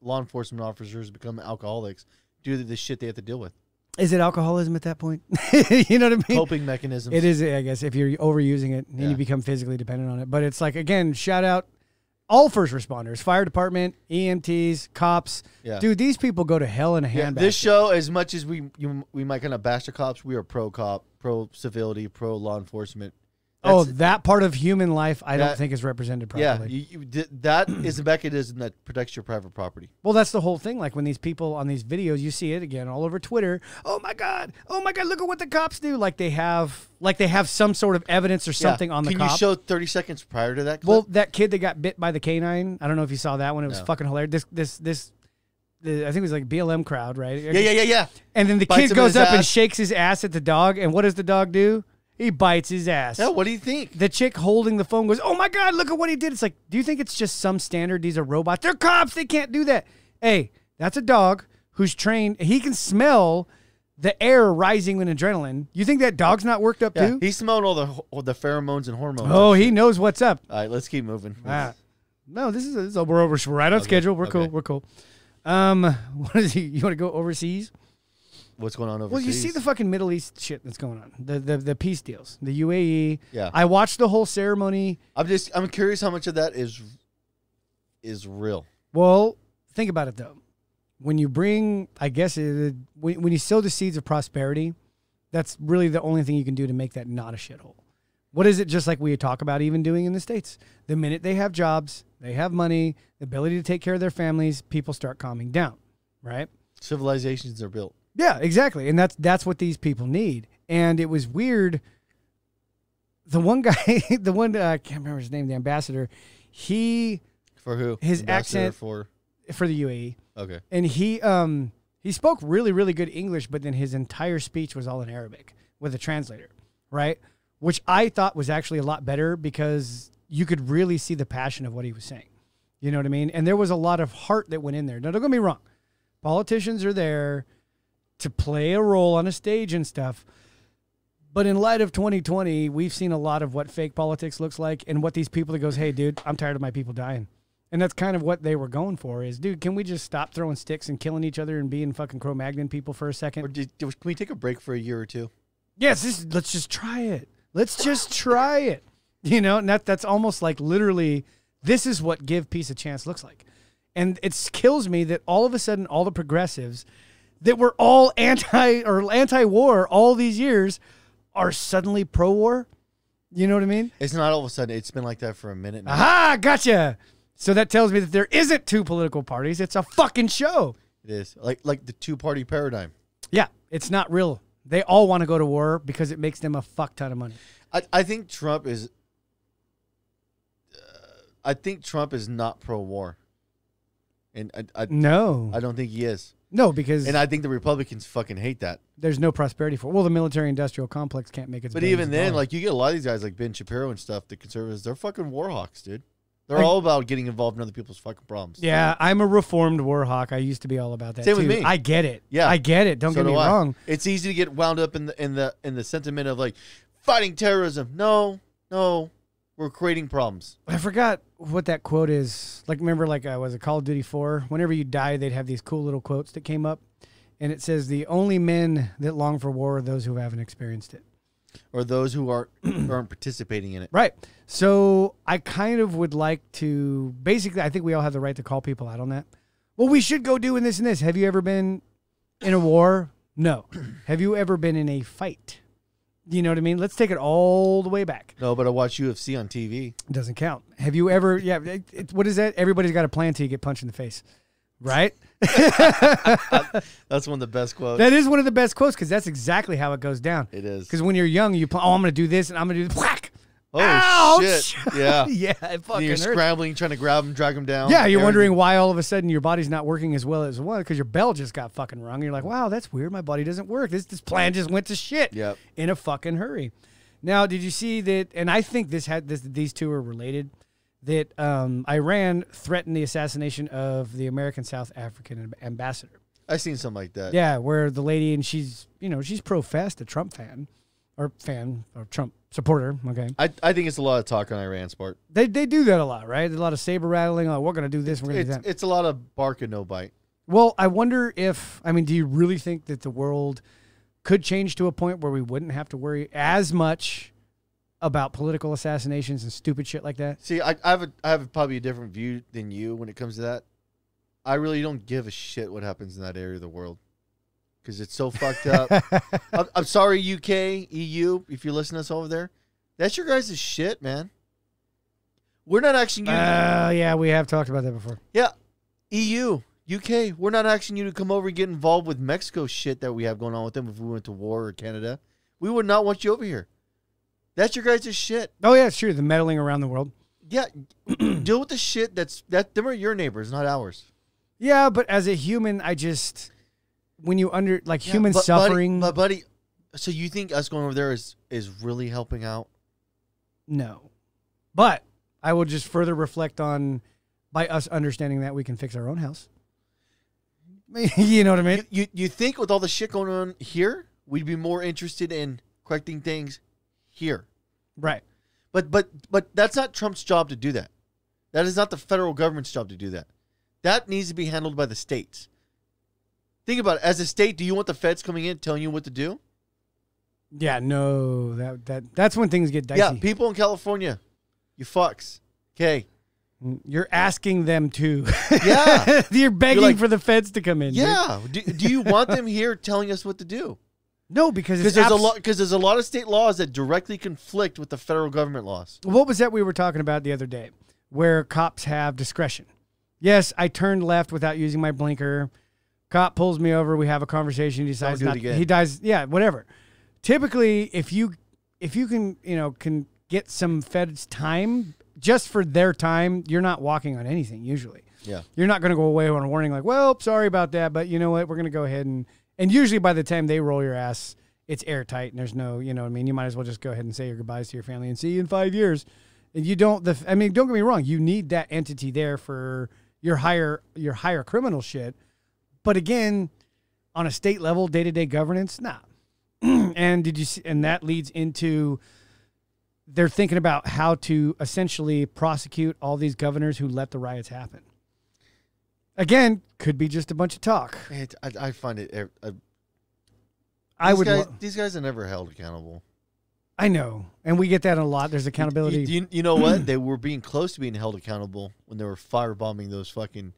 law enforcement officers become alcoholics due to the shit they have to deal with.
Is it alcoholism at that point? you know what I mean?
Coping mechanisms.
It is, I guess, if you're overusing it and
Yeah.
you become physically dependent on it. But it's like again, shout out all first responders, fire department, EMTs, cops.
Yeah.
Dude, these people go to hell in a
Yeah,
handbasket.
this show, as much as we you, we might kind of bash the cops, we are pro cop, pro civility, pro law enforcement.
oh,
That's-
that part of human life, I
That-
don't think is represented properly.
yeah, you, you, di- that is a mechanism that protects your private property.
Well, that's the whole thing. Like when these people on these videos, you see it again all over Twitter. Oh my god! Oh my god! Look at what the cops do. Like they have, like they have some sort of evidence or
Yeah.
something on the
Can
cop.
you show thirty seconds prior to that? Clip?
well, that kid that got bit by the canine. I don't know if you saw that one. It was
No.
fucking hilarious. This, this, this. The, I think it was like BLM crowd, right?
yeah, yeah, yeah, yeah.
And then the
Bites him
kid
in
goes
his
up and
ass.
shakes his ass at the dog. And what does the dog do? He bites his ass.
Yeah, what do you think?
The chick holding the phone goes, "Oh my god, look at what he did!" It's like, do you think it's just some standard? These are robots. They're cops. They can't do that. Hey, that's a dog who's trained. He can smell the air rising with adrenaline. You think that dog's not worked up
Yeah,
too?
he's smelling all the ho- all the pheromones and hormones.
oh, he knows what's up.
all right, let's keep moving.
Ah. No, this is, this is we're over. We're right on schedule. We're cool.
okay.
We're cool. Um, what is he? You want to go overseas?
What's going on overseas?
Well, you see the fucking Middle East shit that's going on. The the, the peace deals. The UAE.
Yeah.
I watched the whole ceremony.
I'm just I'm curious how much of that is is real.
Well, think about it though. When you bring, I guess, it, when, when you sow the seeds of prosperity, that's really the only thing you can do to make that not a shithole. What is it just like we talk about even doing in the States? The minute they have jobs, they have money, the ability to take care of their families, people start calming down, right?
Civilizations are built.
Yeah, exactly. And that's that's what these people need. And it was weird. The one guy, the one uh, I can't remember his name, the ambassador, he
For who?
His
Ambassador
accent-
For
for the E, UAE,
okay.
and he um he spoke really really good English, but then his entire speech was all in Arabic with a translator, right? Which I thought was actually a lot better because you could really see the passion of what he was saying. You know what I mean? And there was a lot of heart that went in there. Now don't get me wrong, politicians are there to play a role on a stage and stuff. But in light of 2020, we've seen a lot of what fake politics looks like and what these people that goes, "Hey, dude, I'm tired of my people dying." And that's kind of what they were going for is, dude, can we just stop throwing sticks and killing each other and being fucking Cro-Magnon people for a
Or
second?
did, can we take a break for a year or two?
Yes, this, let's just try it. Let's just try it. You know, and that that's almost like literally this is what give peace a chance looks like. And it kills me that all of a sudden all the progressives that were all anti or anti-war all these years are suddenly pro-war. You know what I mean?
It's not all of a sudden. It's been like that for a minute. Now.
Aha, gotcha. So that tells me that there isn't two political parties. It's a fucking show.
It is like like the two party paradigm.
Yeah, it's not real. They all want to go to war because it makes them a fuck ton of money.
I I think Trump is. uh, I think Trump is not pro war, and I, I
No,
I don't think he is,
no, because
and I think the Republicans fucking hate that.
there's no prosperity for. Well, the military-industrial complex can't make its.
But
billions
even
of
then,
dollars.
like you get a lot of these guys like Ben Shapiro and stuff, the conservatives, they're fucking war hawks, dude. They're
Like-
all about getting involved in other people's fucking problems.
yeah, I'm a reformed war hawk. I used to be all about that.
Same with
too.
me.
I get it.
Yeah.
I get it. Don't
So
get me
do I.
wrong.
It's easy to get wound up in the in the in the sentiment of like fighting terrorism. No, no, we're creating problems.
I forgot what that quote is. Like, remember, like, uh, was it Call of Duty 4? Whenever you die, they'd have these cool little quotes that came up. And it says, The only men that long for war are those who haven't experienced it.
Or those who aren't aren't participating in it.
Right. So I kind of would like to basically, I think we all have the right to call people out on that. Well, we should go doing this and this. Have you ever been in a war? No. Have you ever been in a fight? You know what I mean? Let's take it all the way back.
No, but I watch UFC on TV.
It doesn't count. Have you ever, yeah, it, it- what is that? Everybody's got a plan till you get punched in the face, right?
That's one of the best quotes.
That is one of the best quotes because that's exactly how it goes down.
it is.
Because when you're young, you plan, oh, I'm going to do this and I'm going to do this. Whack!
Oh
Ouch!
shit! Yeah.
yeah, it fucking
you're
hurts.
scrambling, trying to grab him, drag him down.
yeah, you're
Everything.
wondering why all of a sudden your body's not working as well as it was because your bell just got fucking rung. And you're like, wow, that's weird. My body doesn't work. This, this plan just went to shit
Yep.
in a fucking hurry. Now, did you see that? And I think this had this, these two are related. That um, Iran threatened the assassination of the American South African ambassador.
I seen something like that.
Yeah, where the lady and she's you know she's pro fast a Trump fan, or fan or Trump supporter. Okay,
I, I think it's a lot of talk on Iran's part.
they they do that a lot, right? There's a lot of saber rattling. Like we're gonna do this, we're gonna
It's
do that.
it's a lot of bark and no bite.
well, I wonder if I mean, do you really think that the world could change to a point where we wouldn't have to worry as much about political assassinations and stupid shit like that?
See, I, I have a I have probably a different view than you when it comes to that. I really don't give a shit what happens in that area of the world because it's so fucked up. I'm, I'm sorry, UK, EU, if you're listening to us over there, that's your guys' shit, man. We're not asking you.
Uh, yeah, we have talked about that before.
yeah, E EU, UK, we're not asking you to come over and get involved with Mexico shit that we have going on with them. If we went to war or Canada, we would not want you over here. That's your guys' shit.
Oh yeah, it's true. The meddling around the world.
Yeah, deal with the shit that's that. Them are your neighbors, not ours.
Yeah, but as a human, I just when you under like
Yeah,
human
but buddy-
suffering.
but buddy, so you think us going over there is is really helping out?
No. But I will just further reflect on by us understanding that we can fix our own house. you know what I mean?
You, you you think with all the shit going on here, we'd be more interested in correcting things here?
Right.
But but but that's not Trump's job to do that. That is not the federal government's job to do that. That needs to be handled by the states. Think about it. As a state, do you want the feds coming in telling you what to do?
Yeah, no. That that that's when things get dicey.
Yeah, people in California, you fucks. Okay.
You're asking them to.
Yeah.
You're begging
like-
for the feds to come in. dude.
Yeah. Do, do you want them here telling us what to do?
No, because
Because
it's
there's a
abs-
lot. Because there's a lot of state laws that directly conflict with the federal government laws.
What was that we were talking about the other day where cops have discretion? Yes, I turned left without using my blinker. Cop pulls me over, we have a conversation, he decides
do it
not
again.
he dies yeah, whatever. Typically, if you if you can, you know, can get some feds time just for their time, you're not walking on anything usually.
Yeah.
You're not going to go away on a warning like, "Well, sorry about that, but you know what? We're going to go ahead and and usually by the time they roll your ass, it's airtight and there's no, you know, what I mean, you might as well just go ahead and say your goodbyes to your family and see you in 5 years. And you don't the I mean, don't get me wrong, you need that entity there for your higher your higher criminal shit. But again, on a state level, day-to-day governance, nah. and did you see, and that leads into they're thinking about how to essentially prosecute all these governors who let the riots happen. Again, could be just a bunch of talk.
It, I, I find it. ev- Uh,
I
these
would.
Guys,
lo-
these guys are never held accountable.
I know, and we get that a lot. There's accountability.
You, you, you know what? they were being close to being held accountable when they were firebombing those fucking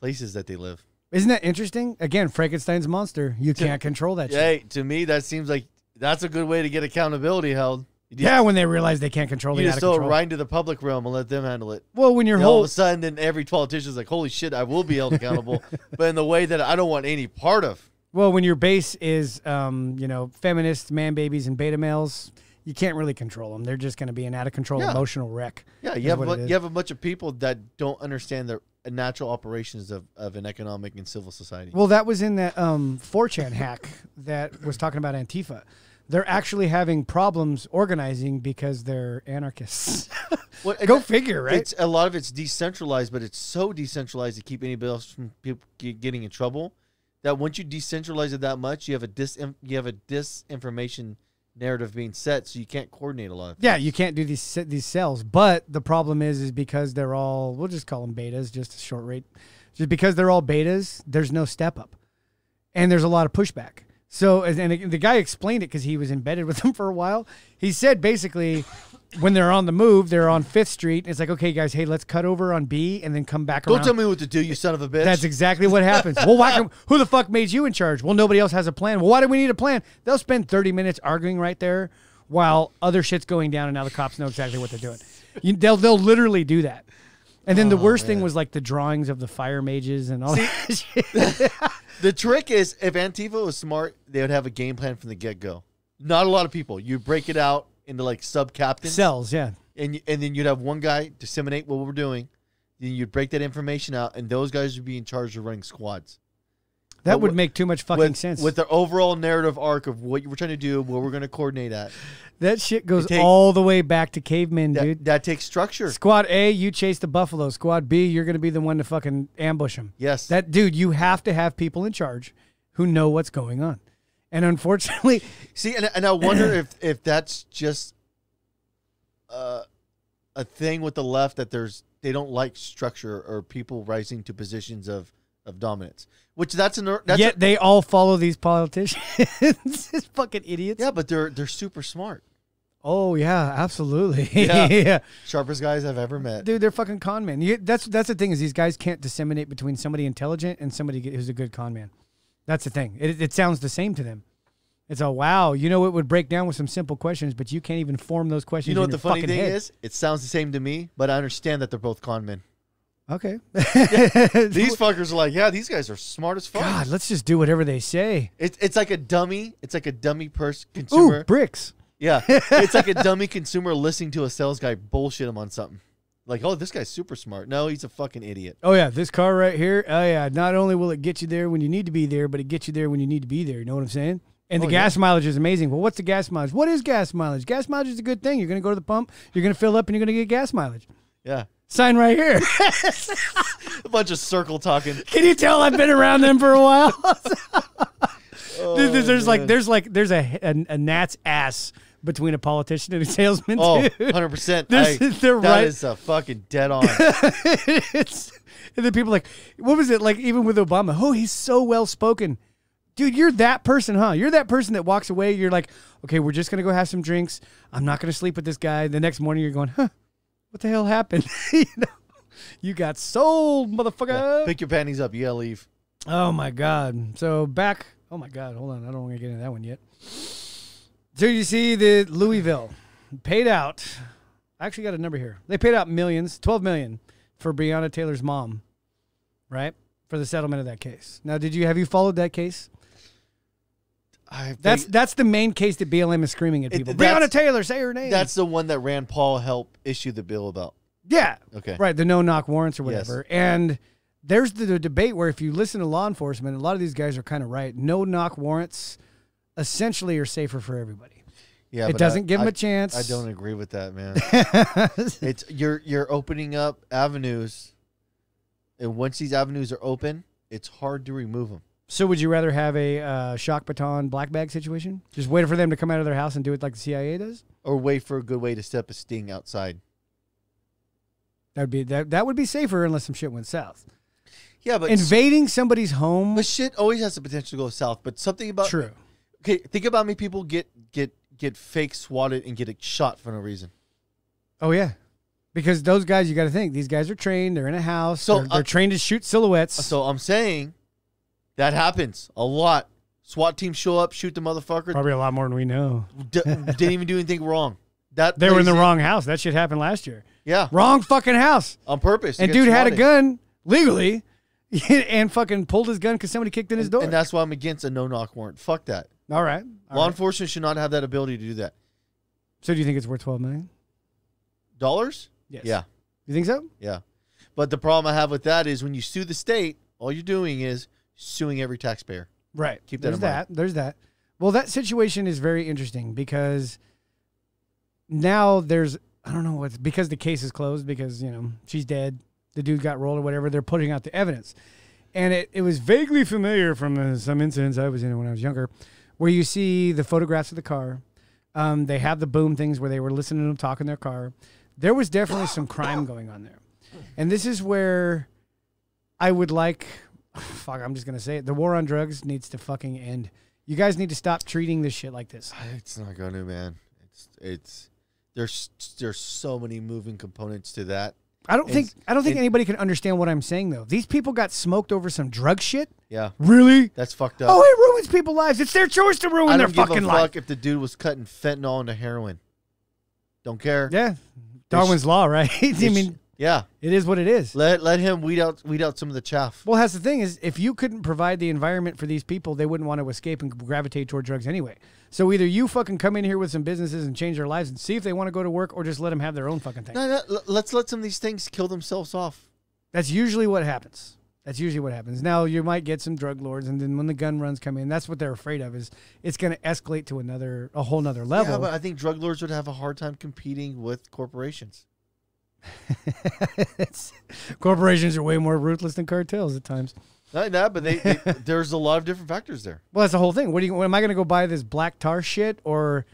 places that they live.
Isn't that interesting? Again, Frankenstein's monster. You can't control that. shit.
Hey, to me, that seems like that's a good way to get accountability held. You just,
Yeah, when they realize they can't control,
you
they
just
out
throw it
control.
right into the public realm and let them handle it.
Well, when your
And all
whole
of a sudden, then every politician's like, "Holy shit, I will be held accountable," but in the way that I don't want any part of.
Well, when your base is, um, you know, feminists, man babies, and beta males, you can't really control them. They're just going to be an out of control
Yeah.
emotional wreck.
Yeah,
is
you have,
what
a,
it
bu-
is.
you have a bunch of people that don't understand the natural operations of, of an economic and civil society.
Well, that was in that um, 4chan hack that was talking about Antifa. They're actually having problems organizing because they're anarchists.
Well, and
Go
that-
figure, right?
It's a lot of it's decentralized, but it's so decentralized to keep anybody else from people getting in trouble. That once you decentralize it that much, you have a dis um, you have a disinformation narrative being set, so you can't coordinate a lot. Of
yeah, you can't do these se- these cells, but the problem is is because they're all we'll just call them betas, just a short rate, just because they're all betas. There's no step up, and there's a lot of pushback. So and and the guy explained it because he was embedded with them for a while. He said basically, when they're on the move, they're on Fifth Street. It's like, okay, guys, hey, let's cut over on B and then come back
Don't
around.
tell me what to do, you son of a bitch.
That's exactly what happens. well, why can, who the fuck made you in charge? Well, nobody else has a plan. Well, why do we need a plan? They'll spend 30 minutes arguing right there while other shit's going down and now the cops know exactly what they're doing. You, they'll, they'll literally do that. And then the
Oh,
worst thing was like the drawings of the fire mages and all that shit.
The trick is if Antifa was smart, they would have a game plan from the get go. Not a lot of people. You break it out into like sub captains,
cells. Yeah,
and you- and then you'd have one guy disseminate what we're doing. Then you'd break that information out, and those guys would be in charge of running squads.
that
But
would
with-
make too much fucking
with,
sense.
with the overall narrative arc of what you were trying to do, where we're going to coordinate at.
that shit goes
It take-
all the way back to cavemen,
That,
dude.
that takes structure.
Squad A, you chase the buffalo. Squad B, you're gonna be the one to fucking ambush them.
Yes.
That dude, you have to have people in charge who know what's going on. And unfortunately,
See, and, and I wonder if if that's just uh, a thing with the left that there's they don't like structure or people rising to positions of of dominance, which that's an er- that's a-
yet they all follow these politicians. It's fucking idiots.
yeah, but they're they're super smart,
Oh yeah, absolutely.
Yeah.
yeah.
sharpest guys I've ever met.
dude, they're fucking con men. You, that's that's the thing is these guys can't disseminate between somebody intelligent and somebody who's a good con man. That's the thing. It, it sounds the same to them. It's a wow. You know, it would break down with some simple questions, but you can't even form those questions.
you know
in
what the
your
funny
fucking
thing
head.
is? It sounds the same to me, but I understand that they're both con men.
Okay.
These fuckers are like, yeah, these guys are smart as fuck.
God, let's just do whatever they say.
It's it's like a dummy. It's like a dummy purse
Ooh,
consumer.
bricks.
Yeah, it's like a dummy consumer listening to a sales guy bullshit him on something. Like, oh, this guy's super smart. No, he's a fucking idiot.
Oh yeah, this car right here. Oh yeah, not only will it get you there when you need to be there, but it gets you there when you need to be there. You know what I'm saying? And the
Oh, yeah.
gas mileage is amazing. Well, what's the gas mileage? What is gas mileage? Gas mileage is a good thing. You're going to go to the pump, you're going to fill up, and you're going to get gas mileage.
Yeah,
Sign right here.
a bunch of circle talking.
Can you tell I've been around them for a while? Dude, there's
Oh,
like
man.
there's like there's a, a a gnat's ass between a politician and a salesman.
Oh,
dude.
100 percent.
This is- they're right.
a fucking dead on.
it's and then people like what was it like even with obama oh he's so well spoken dude you're that person huh you're that person that walks away you're like okay we're just gonna go have some drinks i'm not gonna sleep with this guy the next morning you're going huh what the hell happened you know you got sold motherfucker
Pick your panties up. You gotta leave.
oh my god so back oh my god hold on i don't want to get into that one yet so you see the louisville paid out i actually got a number here they paid out millions 12 million for breonna taylor's mom right? For the settlement of that case. Now, did you have you followed that case?
I think
That's that's the main case that BLM is screaming at
It-
people. Breonna
that's-
Taylor, say her name.
that's the one that Rand Paul helped issue the bill about.
yeah,
Okay.
right. The no knock warrants or
Yes.
whatever. And there's the, the debate where if you listen to law enforcement, a lot of these guys are kind of right. No knock warrants essentially are safer for everybody.
Yeah,
It
but
doesn't
I-
give 'em
I-
a chance.
I don't agree with that, man. it's you're you're opening up avenues, and once these avenues are open, it's hard to remove them.
So would you rather have a uh, shock baton black bag situation? Just wait for them to come out of their house and do it like the CIA does?
or wait for a good way to step a sting outside.
That'd be that, that would be safer unless some shit went south.
Yeah, but
Invading somebody's home
but uh, shit always has the potential to go south. But something about
True.
Okay, think about me. People get get get fake swatted and get shot for no reason.
Oh yeah, because those guys, you got to think these guys are trained. They're in a house.
So,
they're, they're
uh,
trained to shoot silhouettes.
So I'm saying that happens a lot. SWAT teams show up, shoot the motherfucker.
Probably a lot more than we know.
D- didn't even do anything wrong. That
They were in the
plays
wrong house. That shit happened last year.
Yeah,
Wrong fucking house.
on purpose. They
And
get
dude had a
swatted.
gun legally, and fucking pulled his gun because somebody kicked in his door.
and that's why I'm against a no knock warrant. Fuck that.
all right. all
Law
right.
enforcement should not have that ability to do that.
So do you think it's worth twelve million?
Dollars?
Yes.
Yeah.
You think so?
Yeah. But the problem I have with that is when you sue the state, all you're doing is suing every taxpayer.
Right.
Keep that
There's
in mind.
that. There's that. Well, that situation is very interesting because now there's I don't know what's because the case is closed because you know she's dead, the dude got rolled or whatever. They're putting out the evidence, and it it was vaguely familiar from uh, some incidents I was in when I was younger, where you see the photographs of the car. Um, they have the boom things where they were listening to them talk in their car. There was definitely some crime going on there, and this is where I would like. Fuck, I'm just gonna say it. The war on drugs needs to fucking end. You guys need to stop treating this shit like this.
It's not going to, man. It's it's there's there's so many moving components to that.
I don't think
It's-
I don't think
it-
anybody can understand what I'm saying though. These people got smoked over some drug shit.
Yeah.
Really?
That's fucked up.
Oh, it ruins people's lives. It's their choice to ruin
I
their
don't give
fucking
a
life.
fuck if the dude was cutting fentanyl into heroin. Don't care.
Yeah, Darwin's law, right? I
It's-
mean,
Yeah.
It is what it is.
Let let him weed out weed out some of the chaff.
Well, that's the thing is, if you couldn't provide the environment for these people, they wouldn't want to escape and gravitate toward drugs anyway. So either you fucking come in here with some businesses and change their lives and see if they want to go to work, or just let them have their own fucking thing.
No, no, l- let's let some of these things kill themselves off.
That's usually what happens. That's usually what happens. Now you might get some drug lords, and then when the gun runs come in, that's what they're afraid of is it's going to escalate to another, a whole nother level.
Yeah, but I think drug lords would have a hard time competing with corporations.
It's- corporations are way more ruthless than cartels at times.
Not like that, but they, they there's a lot of different factors there.
Well, that's the whole thing. What do you? What, am I going to go buy this black tar shit or?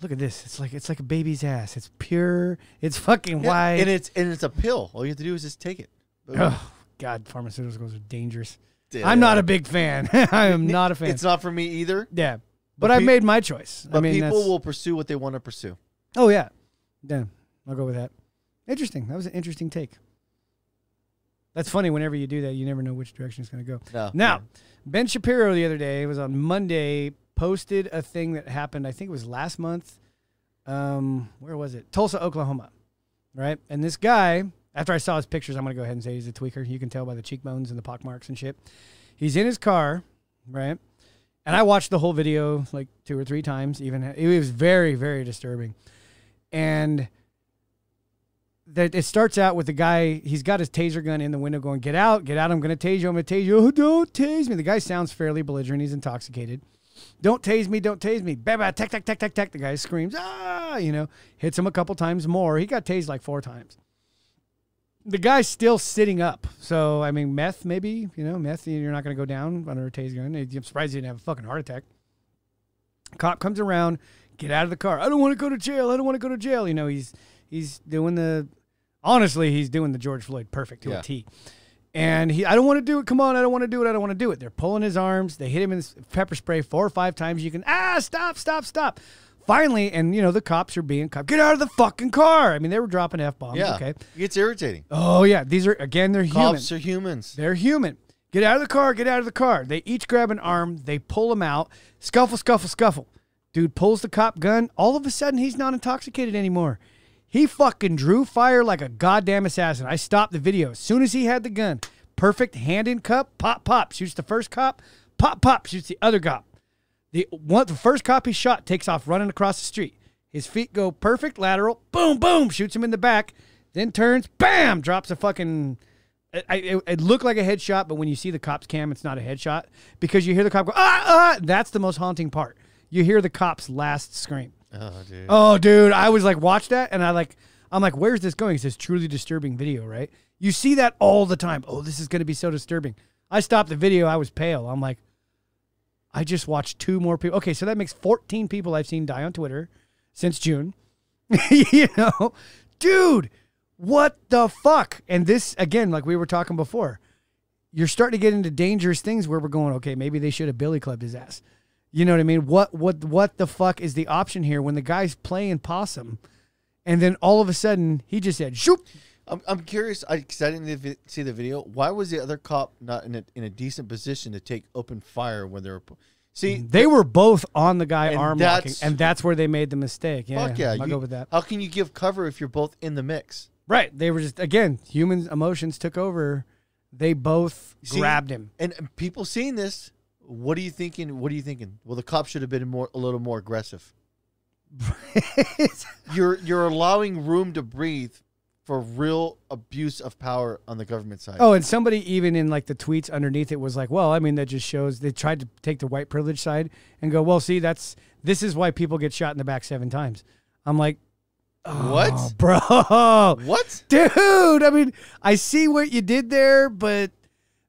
Look at this. It's like it's like a baby's ass. It's pure. It's fucking
Yeah,
white.
And it's and it's a pill. All you have to do is just take it.
Oh God, pharmaceuticals are dangerous.
Yeah.
I'm not a big fan. I am not a fan.
It's not for me either.
yeah,
But
but I've
pe-
made my choice.
But
I mean,
people
that's-
will pursue what they want to pursue.
Oh yeah, yeah. I'll go with that. Interesting. That was an interesting take. That's funny. Whenever you do that, you never know which direction it's going to go.
No.
Now, Ben Shapiro the other day it was on Monday posted a thing that happened. I think it was last month. Um, where was it? Tulsa, Oklahoma, right? And this guy, after I saw his pictures, I'm going to go ahead and say he's a tweaker. You can tell by the cheekbones and the pock marks and shit. He's in his car, right? And I watched the whole video like two or three times. Even it was very, very disturbing. And that it starts out with the guy. He's got his taser gun in the window, going, "Get out, get out! I'm gonna tase you. I'm gonna tase you. Oh, don't tase me!" The guy sounds fairly belligerent. He's intoxicated. Don't tase me! Don't tase me! Bah, bah, tack, tack, tack, tack, tack. The guy screams, "Ah!" You know, hits him a couple times more. He got tased like four times. The guy's still sitting up. So I mean, meth maybe. You know, meth. You're not gonna go down under a taser gun. I'm surprised he didn't have a fucking heart attack. Cop comes around, get out of the car. I don't want to go to jail. I don't want to go to jail. You know, he's he's doing the honestly, he's doing the George Floyd perfect to
Yeah.
a T. And he, I don't want to do it. Come on, I don't want to do it. I don't want to do it. They're pulling his arms. They hit him in his pepper spray four or five times. You can ah stop, stop, stop. Finally, and you know the cops are being cop. Get out of the fucking car. I mean, they were dropping f bombs.
Yeah.
Okay.
It gets irritating.
Oh yeah, these are again they're human.
Cops are humans.
They're human. Get out of the car. Get out of the car. They each grab an arm. They pull him out. Scuffle, scuffle, scuffle. Dude pulls the cop gun. All of a sudden, he's not intoxicated anymore. He fucking drew fire like a goddamn assassin. I stopped the video. As soon as he had the gun, perfect hand in cup, pop, pop, shoots the first cop, pop, pop, shoots the other cop. The one, the first cop he shot takes off running across the street. His feet go perfect lateral. Boom, boom, shoots him in the back. Then turns, bam, drops a fucking. I- I- It, it looked like a headshot, but when you see the cops cam, it's not a headshot because you hear the cop go ah ah. That's the most haunting part. You hear the cop's last scream.
Oh, dude.
Oh, dude, I was like, watch that, and I like, I'm like, where's this going? It's this truly disturbing video, right? You see that all the time. Oh, this is gonna be so disturbing. I stopped the video. I was pale. I'm like, I just watched two more people. Okay, so that makes 14 people I've seen die on Twitter since June. you know, dude, what the fuck? And this again, like we were talking before, you're starting to get into dangerous things where we're going. Okay, maybe they should have Billy clubbed his ass. You know what I mean? What what what the fuck is the option here when the guy's playing possum, and then all of a sudden he just said shoop?
I'm, I'm curious. I, cause I didn't vi- see the video. Why was the other cop not in a, in a decent position to take open fire when they were? pu- See,
They were both on the guy
And
arm locking,
that's-
and that's where they made the mistake. Mm, Yeah,
fuck yeah.
I'll
you-
go with that.
How can you give cover if you're both in the mix?
Right. They were just again, human emotions took over. They both
See,
grabbed him.
And, and people seeing this, what are you thinking? What are you thinking? Well, the cop should have been more a little more aggressive. You're you're allowing room to breathe for real abuse of power on the government side.
oh, and somebody even in like the tweets underneath it was like, "Well, I mean, that just shows they tried to take the white privilege side and go, "Well, see, that's this is why people get shot in the back seven times." I'm like,
what?
"Oh, bro,
What?
dude. I mean, I see what you did there, but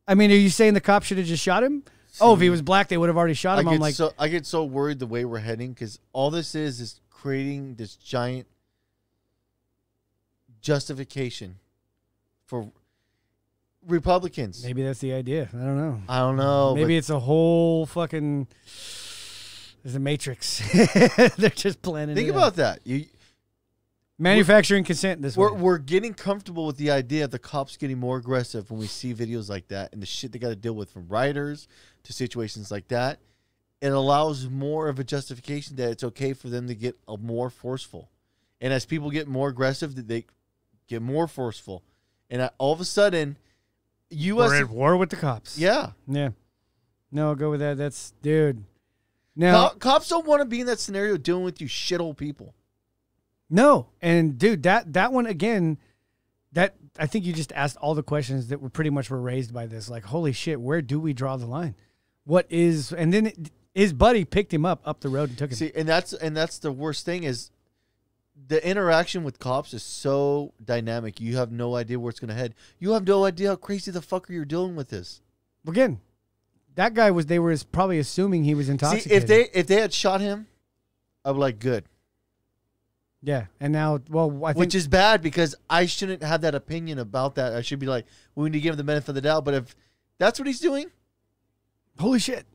I mean, are you saying the cop should have just shot him? Oh, if he was black, they would have already shot
I
him.
get
I'm like,
so I get so worried the way we're heading because all this is is creating this giant justification for Republicans.
maybe that's the idea. I don't know.
I don't know. but
Maybe it's a whole fucking. There's a matrix. They're just planning.
think
it out.
about that. You
manufacturing consent. This
we're
way.
we're getting comfortable with the idea of the cops getting more aggressive when we see videos like that and the shit they got to deal with from rioters to situations like that. It allows more of a justification that it's okay for them to get a more forceful, and as people get more aggressive, that they get more forceful. and I, all of a sudden, U.S.
We're at war with the cops.
yeah,
Yeah. No, I'll go with that. That's dude. No.
Co- cops don't want to be in that scenario dealing with you shithole people.
No, and dude, that that one again, that I think you just asked all the questions that were pretty much were raised by this. Like, holy shit, where do we draw the line? What is? And then it, his buddy picked him up up the road and took him.
See, and that's and that's the worst thing is the interaction with cops is so dynamic. You have no idea where it's gonna head. You have no idea how crazy the fucker you're dealing with this.
again, that guy was. They were as- probably assuming he was
See,
intoxicated.
if they if they had shot him, I'd be like, good.
yeah, and now, well, I think
Which is bad because I shouldn't have that opinion about that. I should be like, we need to give him the benefit of the doubt. But if that's what he's doing,
holy shit.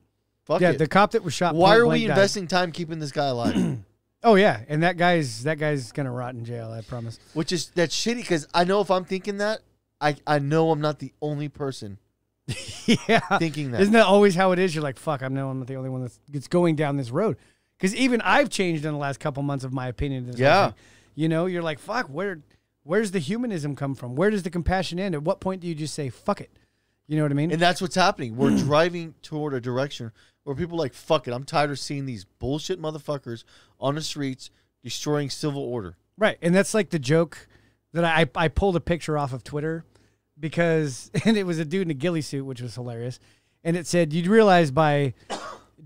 fuck
yeah,
it.
the cop that was shot.
Why
point
are
blank
we
died.
investing time keeping this guy alive?
Oh yeah, and that guy's that guy's gonna rot in jail. I promise.
Which is that's shitty because I know if I'm thinking that, I I know I'm not the only person
yeah.
thinking that.
Isn't that always how it is? You're like, fuck, I know I'm not the only one that's, that's going down this road. Because even I've changed in the last couple months of my opinion. Of this whole
Yeah.
thing. You know, you're like, fuck, where, where's the humanism come from? Where does the compassion end? At what point do you just say, fuck it? You know what I mean?
And that's what's happening.
Hmm.
We're driving toward a direction where people are like, fuck it. I'm tired of seeing these bullshit motherfuckers on the streets destroying civil order.
Right. And that's like the joke that I, I pulled a picture off of Twitter because, and it was a dude in a ghillie suit, which was hilarious. And it said, you'd realize by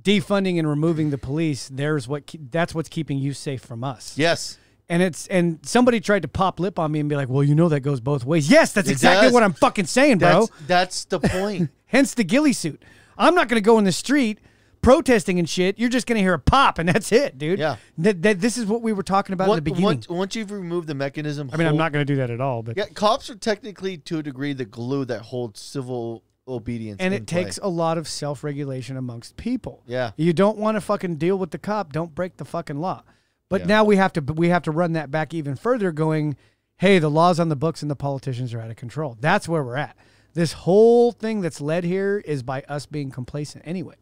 defunding and removing the police, there's what, ke- that's what's keeping you safe from us.
Yes.
and it's and somebody tried to pop lip on me and be like, "Well, you know that goes both ways." Yes, that's
It
exactly
does.
what I'm fucking saying, bro.
That's, that's the point.
Hence the ghillie suit. I'm not going to go in the street protesting and shit. You're just going to hear a pop and that's it, dude.
Yeah.
That, that this is what we were talking about in
once,
the beginning.
once, once you've removed the mechanism,
I mean, I'm
hold-
not going to do that at all, but
Yeah, cops are technically, to a degree, the glue that holds civil obedience.
and
in
it takes
play.
a lot of self-regulation amongst people.
Yeah.
You don't want to fucking deal with the cop, don't break the fucking law. But
Yeah.
now we have to we have to run that back even further going, "Hey, the laws on the books and the politicians are out of control." That's where we're at. This whole thing that's led here is by us being complacent anyway.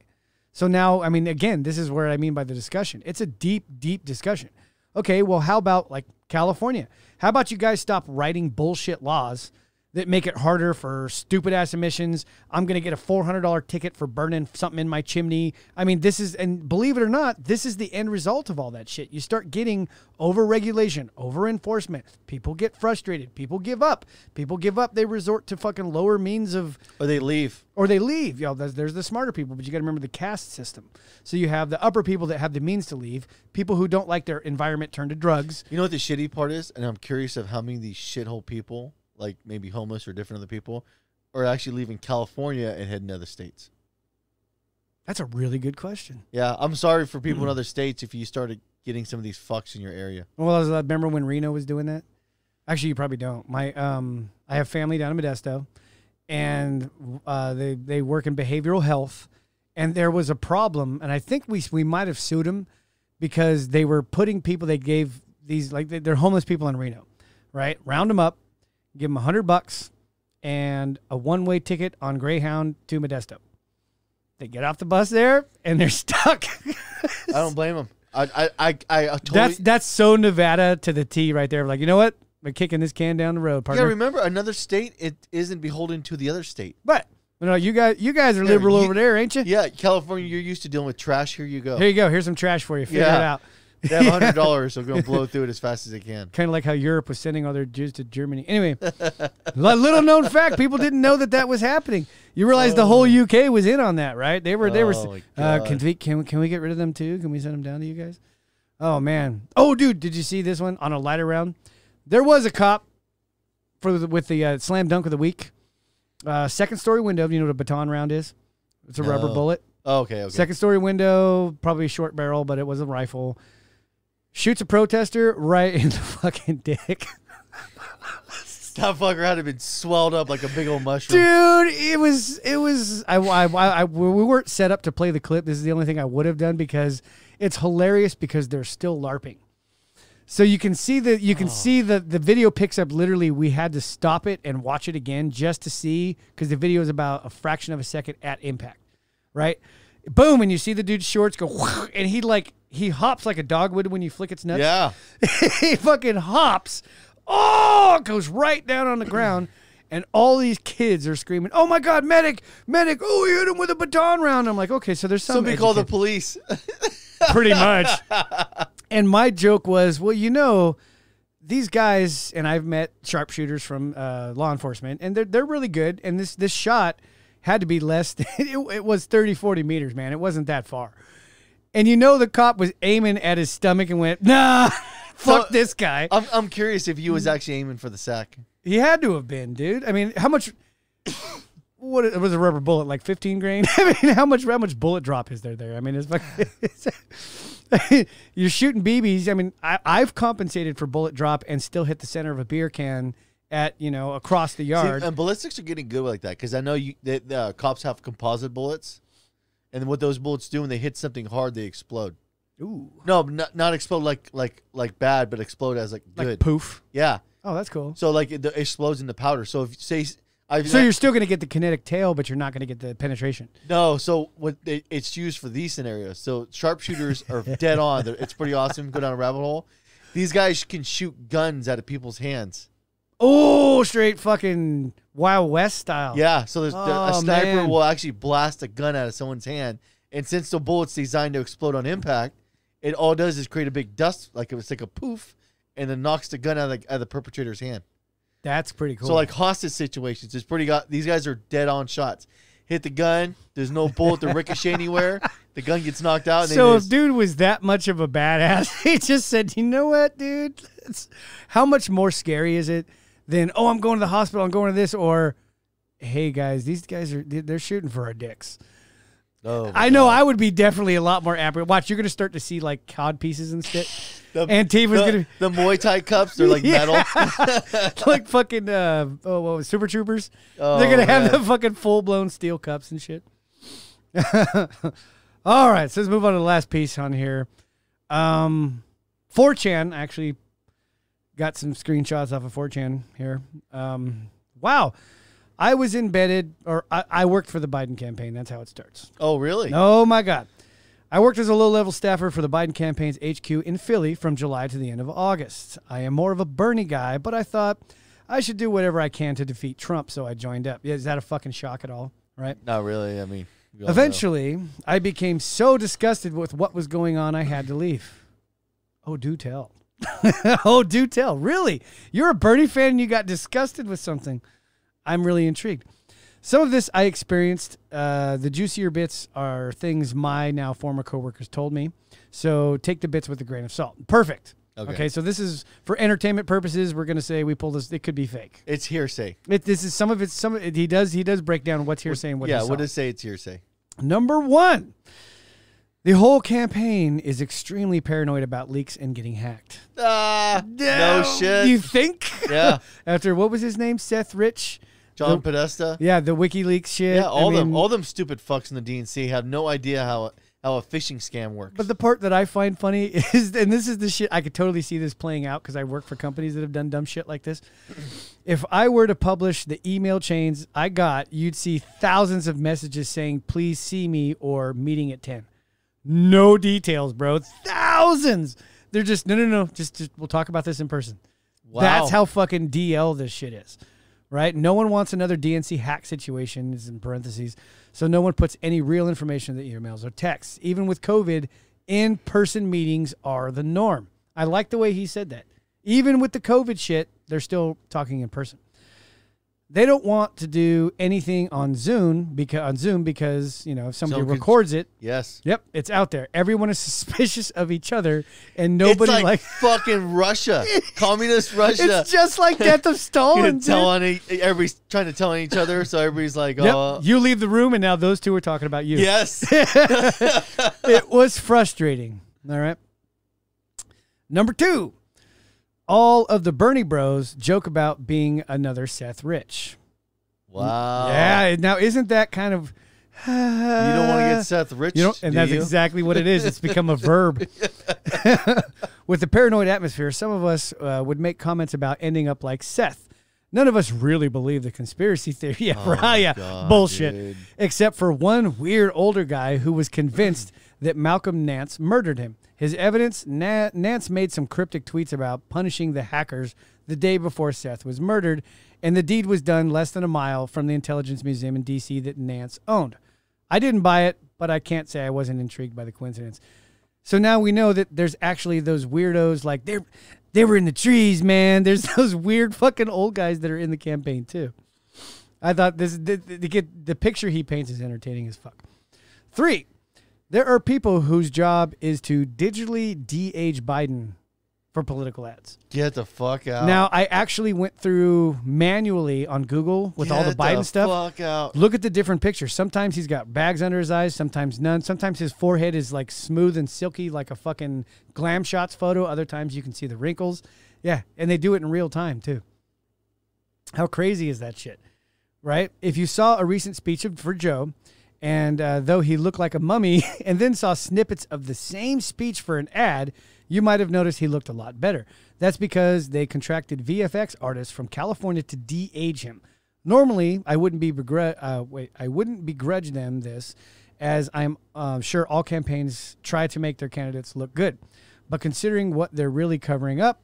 So now, I mean, again, this is where I mean by the discussion. It's a deep, deep discussion. Okay, well, how about like California? How about you guys stop writing bullshit laws that make it harder for stupid ass emissions? I'm going to get a $400 ticket for burning something in my chimney. I mean, this is, and believe it or not, this is the end result of all that shit. You start getting over regulation, over enforcement. People get frustrated. People give up. People give up. They resort to fucking lower means of
Or they leave.
or they leave. You know, there's, there's the smarter people, but you got to remember the caste system. So you have the upper people that have the means to leave, people who don't like their environment turn to drugs.
You know what the shitty part is? And I'm curious of how many of these shithole people, like maybe homeless or different other people, are actually leaving California and heading to other states.
That's a really good question.
Yeah, I'm sorry for
Mm.
people in other states if you started getting some of these fucks in your area.
Well, I was- I remember when Reno was doing that. Actually, you probably don't. My um, I have family down in Modesto, and uh, they they work in behavioral health, and there was a problem, and I think we we might have sued them because they were putting people they gave these like they- they're homeless people in Reno, right? Round them up, give them a hundred bucks, and a one way ticket on Greyhound to Modesto. They get off the bus there and they're stuck.
I don't blame them. I I I, I totally.
That's that's so Nevada to the T right there. Like, you know what? We're kicking this can down the road,
yeah,
partner.
remember another state it isn't beholden to the other state.
but you know, you guys you guys are liberal
you-
over there, ain't you?
Yeah, California, you're used to dealing with trash. Here you go.
Here you go. Here's some trash for you. Figure
Yeah.
it out.
They have hundred dollars, so I'm gonna blow through it as fast as I can.
Kind of like how Europe was sending all their Jews to Germany. Anyway, li- little known fact: people didn't know that that was happening. You realize the whole UK was in on that, right? They were they were. s-
Oh, my
uh,
God.
can we can we- can we get rid of them too? Can we send them down to you guys? Oh man. Oh dude, did you see this one on a lighter round? There was a cop for the, with the uh, slam dunk of the week. Uh, second story window. You know what a baton round is? It's a rubber
No.
bullet.
Oh, okay, okay.
Second story window, probably a short barrel, but it was a rifle. Shoots a protester right in the fucking dick.
that fucker had to been swelled up like a big old mushroom.
Dude, it was it was I, I, I, I- we weren't set up to play the clip. This is the only thing I would have done because it's hilarious because they're still larping. So you can see the you can see the the video picks up literally we had to stop it and watch it again just to see cuz the video is about a fraction of a second at impact, right? Boom and you see the dude's shorts go and he like he hops like a dog would when you flick its nuts
Yeah,
he fucking hops. Oh, goes right down on the ground. and all these kids are screaming, "Oh my God, medic, medic! Oh, he hit him with a baton round." I'm like, okay, so there's some
Somebody called the
educate-
police.
pretty much. and my joke was, well, you know, these guys, and I've met sharpshooters from uh, law enforcement, and they're they're really good. And this this shot had to be less than it, it was 30, 40 meters, man. It wasn't that far. And you know, the cop was aiming at his stomach and went, nah. Fuck
So-
this guy.
I'm, I'm curious if you was actually aiming for the sack.
He had to have been, dude. I mean, how much? What it was a rubber bullet? Like fifteen grain? I mean, how much? How much bullet drop is there there? I mean, it's like you're shooting BBs. I mean, I, I've compensated for bullet drop and still hit the center of a beer can at you know across the
See, um,
yard.
and ballistics are getting good like that because I know you the, the cops have composite bullets, and what those bullets do when they hit something hard, they explode.
Ooh,
No, not, not explode like like like bad, but explode as like
like
good.
poof.
yeah.
Oh, that's cool.
So like it, the- explodes into powder. So if you say I
So you're still gonna get the kinetic tail, but you're not gonna get the penetration.
no, so what they, it's used for these scenarios. So sharpshooters are dead on. They're, it's pretty awesome. Go down a rabbit hole. These guys can shoot guns out of people's hands.
Oh, straight fucking Wild West style.
Yeah, so there's, there-
Oh,
a sniper
man.
will actually blast a gun out of someone's hand, and since the bullet's designed to explode on impact, it all does is create a big dust, like it was like a poof, and then knocks the gun out of the, out of the perpetrator's hand.
that's pretty cool.
So like hostage situations, it's pretty. Got these guys are dead on shots. Hit the gun. There's no bullet to ricochet anywhere. The gun gets knocked out. And they
So if
just-
dude was that much of a badass, he just said, "You know what, dude? It's- how much more scary is it than oh, I'm going to the hospital, I'm going to this, or hey guys, these guys are they- they're shooting for our dicks."
Oh,
I know I would be definitely a lot more apprehensive. Watch, you're gonna start to see like cod pieces and shit.
the,
Antifa's
the-
gonna-
the Muay Thai cups. They're like
Yeah.
metal.
like fucking uh, oh, what was it, Super Troopers.
Oh,
They're gonna have
man.
the fucking full blown steel cups and shit. All right, so let's move on to the last piece on here. Um, 4chan actually got some screenshots off of 4chan here. Um, wow, I was embedded, or I, I worked for the Biden campaign. That's how it starts.
Oh really?
Oh my God. I worked as a low level staffer for the Biden campaign's HQ in Philly from July to the end of August. I am more of a Bernie guy, but I thought I should do whatever I can to defeat Trump, so I joined up. Is that a fucking shock at all? Right?
Not really. I mean, we all know.
Eventually, I became so disgusted with what was going on, I had to leave. Oh, do tell. oh, do tell. Really? You're a Bernie fan and you got disgusted with something. I'm really intrigued. Some of this I experienced. Uh, the juicier bits are things my now former coworkers told me. So take the bits with a grain of salt. Perfect. Okay.
Okay.
so this is for entertainment purposes. We're going to say we pulled this. It could be fake.
it's hearsay.
It, this is some of it. Some he does. He does break down what's hearsay and what. he
yeah,
saw.
what does say it's hearsay?
Number one, the whole campaign is extremely paranoid about leaks and getting hacked.
Ah, no shit.
You think?
yeah,
After what was his name? Seth Rich?
John Podesta.
Yeah, the WikiLeaks shit.
Yeah, all
I
them,
mean,
all them stupid fucks in the DNC have no idea how how a phishing scam works.
But the part that I find funny is, and this is the shit I could totally see this playing out because I work for companies that have done dumb shit like this. If I were to publish the email chains I got, you'd see thousands of messages saying, please see me or meeting at 10. No details, bro. Thousands. They're just, no, no, no. Just, just we'll talk about this in person.
Wow.
That's how fucking DL this shit is, right? No one wants another DNC hack situation, is in parentheses. So no one puts any real information in the emails or texts. Even with COVID, in person meetings are the norm. I like the way he said that. Even with the COVID shit, they're still talking in person. They don't want to do anything on Zoom because on Zoom because you know if somebody
Someone could-
records it,
yes.
yep, it's out there. Everyone is suspicious of each other, and nobody
it's like,
like
fucking Russia, communist Russia.
it's just like death of
You're
Stalin. dude.
telling e- everybody's trying to tell on each other, so everybody's like,
Yep.
"Oh,
you leave the room, and now those two are talking about you.
yes."
It was frustrating. All right. Number two, all of the Bernie bros joke about being another Seth Rich.
wow.
yeah. Now, isn't that kind of.
Uh, You don't want to get Seth Rich,
You know, and
do
that's
you?
exactly what it is. It's become a verb. With the paranoid atmosphere, some of us uh, would make comments about ending up like Seth. None of us really believe the conspiracy theory. Yeah, right, yeah.
Oh God,
Bullshit.
dude.
Except for one weird older guy who was convinced that Malcolm Nance murdered him. His evidence Na- Nance made some cryptic tweets about punishing the hackers the day before Seth was murdered, and the deed was done less than a mile from the Intelligence Museum in D.C. that Nance owned. I didn't buy it, but I can't say I wasn't intrigued by the coincidence. So now we know that there's actually those weirdos like they're they were in the trees, man. There's those weird fucking old guys that are in the campaign too. I thought this the, the, the, kid- the picture he paints is entertaining as fuck. Three, there are people whose job is to digitally de-age Biden for political ads.
Get the fuck out.
Now I actually went through manually on Google with all the
Get
Biden stuff.
Fuck out.
Look at the different pictures. Sometimes he's got bags under his eyes, sometimes none. Sometimes his forehead is like smooth and silky, like a fucking glam shots photo. Other times you can see the wrinkles. Yeah, and they do it in real time too. How crazy is that shit, right? If you saw a recent speech of, for Joe, and uh, though he looked like a mummy, and then saw snippets of the same speech for an ad, you might have noticed he looked a lot better. That's because they contracted VFX artists from California to de-age him. Normally, I wouldn't be begru- uh, wait, I wouldn't begrudge them this, as I'm uh, sure all campaigns try to make their candidates look good. But considering what they're really covering up,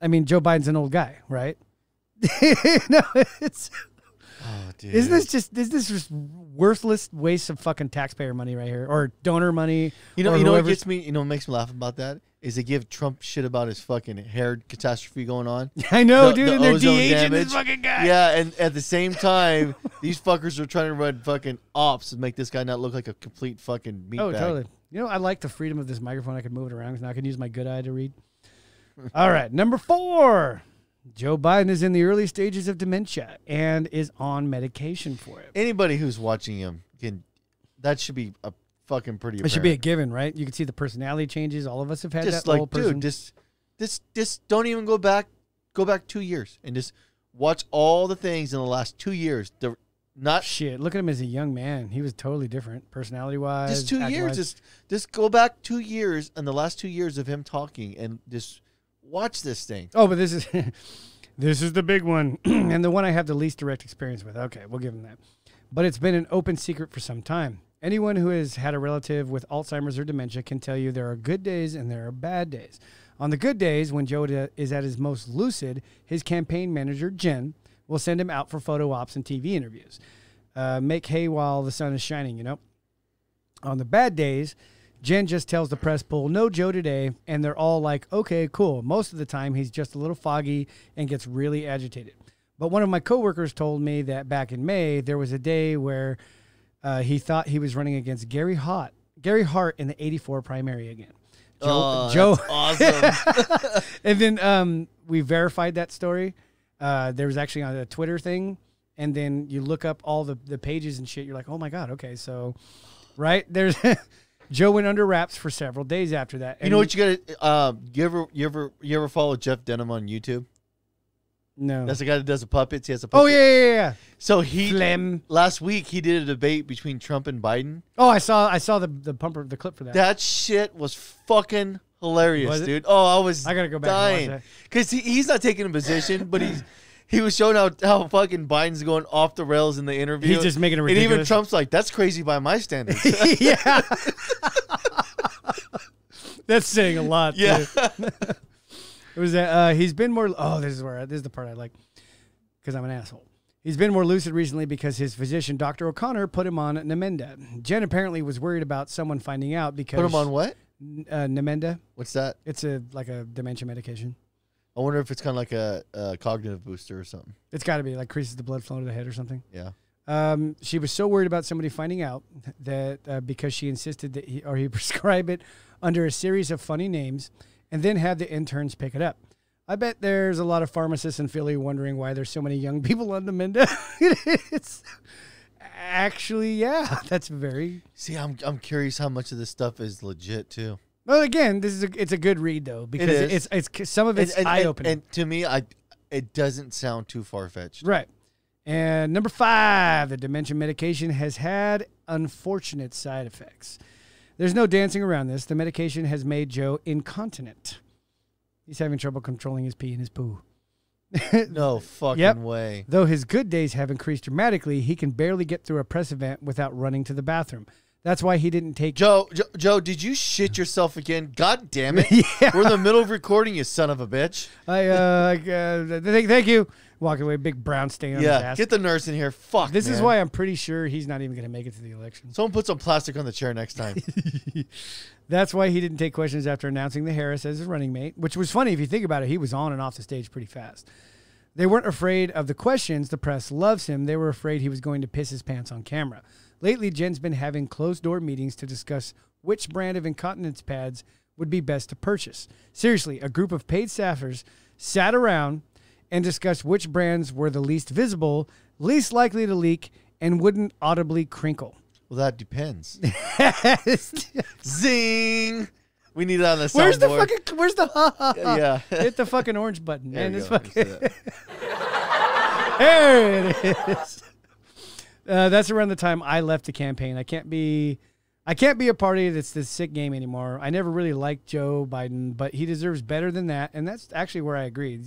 I mean, Joe Biden's an old guy, right? no, it's
Oh, dude.
isn't this just is this just worthless waste of fucking taxpayer money right here or donor money?
You know,
or
you know what
whoever's-
gets me. You know, what makes me laugh about that is they give Trump shit about his fucking hair catastrophe going on.
I
The-
know, Oh, dude,
the
and they're
ozone
de-aging
damage.
this fucking guy.
Yeah, and at the same time, these fuckers are trying to run fucking ops and make this guy not look like a complete fucking meatbag.
Oh, totally. You know, I like the freedom of this microphone. I could move it around because now I can use my good eye to read. All right, number four. Joe Biden is in the early stages of dementia and is on medication for it.
Anybody who's watching him can. That should be a fucking pretty.
It should be a
apparent.
given, right? You can see the personality changes. All of us have had
just
that
like
whole person.
dude, just this this don't even go back go back two years and just watch all the things in the last two years. The not
Shit, look at him as a young man. He was totally different, personality wise.
just two years. Just just go back two years and the last two years of him talking and just watch this thing.
Oh, but this is this is the big one and the one I have the least direct experience with. Okay, we'll give him that. But it's been an open secret for some time. Anyone who has had a relative with Alzheimer's or dementia can tell you there are good days and there are bad days. On the good days, when Joe da- is at his most lucid, his campaign manager, Jen, will send him out for photo ops and TV interviews. Uh, make hay while the sun is shining, you know? On the bad days, Jen just tells the press pool, no Joe today. And they're all like, okay, cool. Most of the time, he's just a little foggy and gets really agitated. But one of my coworkers told me that back in May, there was a day where uh, he thought he was running against Gary Hart, Gary Hart in the 84 primary again. Joe,
Oh,
Joe
that's awesome.
and then um, we verified that story. Uh, there was actually a Twitter thing, and then you look up all the, the pages and shit. You're like, oh my god, okay, so right there's Joe went under wraps for several days after that.
you know what you gotta um you ever you ever you ever follow Jeff Denham on YouTube?
no.
That's the guy that does the puppets. He has a puppet.
oh yeah, yeah, yeah, yeah.
So he
Phlegm.
last week he did a debate between Trump and Biden.
Oh, I saw I saw the the pumper the clip for that.
That shit was fucking hilarious,
Was it?
dude. Oh, I was
I gotta go back and watch
dying
that.
because he, he's not taking a position, but he's he was showing how, how fucking Biden's going off the rails in the interview.
He's just making it
And even
ridiculous.
Trump's like, "That's crazy by my standards."
yeah. That's saying a lot.
Yeah.
too. it was that uh, he's been more. Oh, this is where this is the part I like because I'm an asshole. He's been more lucid recently because his physician, Dr. O'Connor, put him on Namenda. Jen apparently was worried about someone finding out because
Put him on what?
uh, Namenda.
What's that?
It's a like a dementia medication.
I wonder if it's kind of like a, a cognitive booster or something.
It's got to be like creases the blood flow to the head or something.
Yeah.
Um, she was so worried about somebody finding out that uh, because she insisted that he or he prescribe it under a series of funny names and then had the interns pick it up. I bet there's a lot of pharmacists in Philly wondering why there's so many young people on Namenda. it's actually, yeah, that's very.
See, I'm I'm curious how much of this stuff is legit too.
Well, again, this is a, it's a good read though because
is.
it's, it's some of
And-
it's
and-
eye opening.
And, and to me, I it doesn't sound too far fetched.
Right. And number five, the dementia medication has had unfortunate side effects. There's no dancing around this. The medication has made Joe incontinent. He's having trouble controlling his pee and his poo.
No fucking
Yep.
way.
Though his good days have increased dramatically, he can barely get through a press event without running to the bathroom. That's why he didn't take.
Joe, Joe, Joe, did you shit yourself again? God damn it! We're in the middle of recording, you son of a bitch.
I, uh, I, uh, thank, thank you. Walking away, big brown stain on his
Yeah,
ass.
get the nurse in here. Fuck.
this is
man.
why I'm pretty sure he's not even going to make it to the election.
Someone put some plastic on the chair next time.
That's why he didn't take questions after announcing the Harris as his running mate, which was funny if you think about it. He was on and off the stage pretty fast. They weren't afraid of the questions. The press loves him. They were afraid he was going to piss his pants on camera. Lately, Jen's been having closed door meetings to discuss which brand of incontinence pads would be best to purchase. Seriously, a group of paid staffers sat around and discussed which brands were the least visible, least likely to leak, and wouldn't audibly crinkle.
well, that depends. Zing. We need it on the soundboard.
Where's the fucking? uh, Where's the? Ha, ha, ha?
Yeah. There
Hit the fucking orange button, man.
you
It's
go.
fucking,
Let's do that.
there it is. Uh, that's around the time I left the campaign. I can't be, I can't be a party that's this sick game anymore. I never really liked Joe Biden, but he deserves better than that, and that's actually where I agree.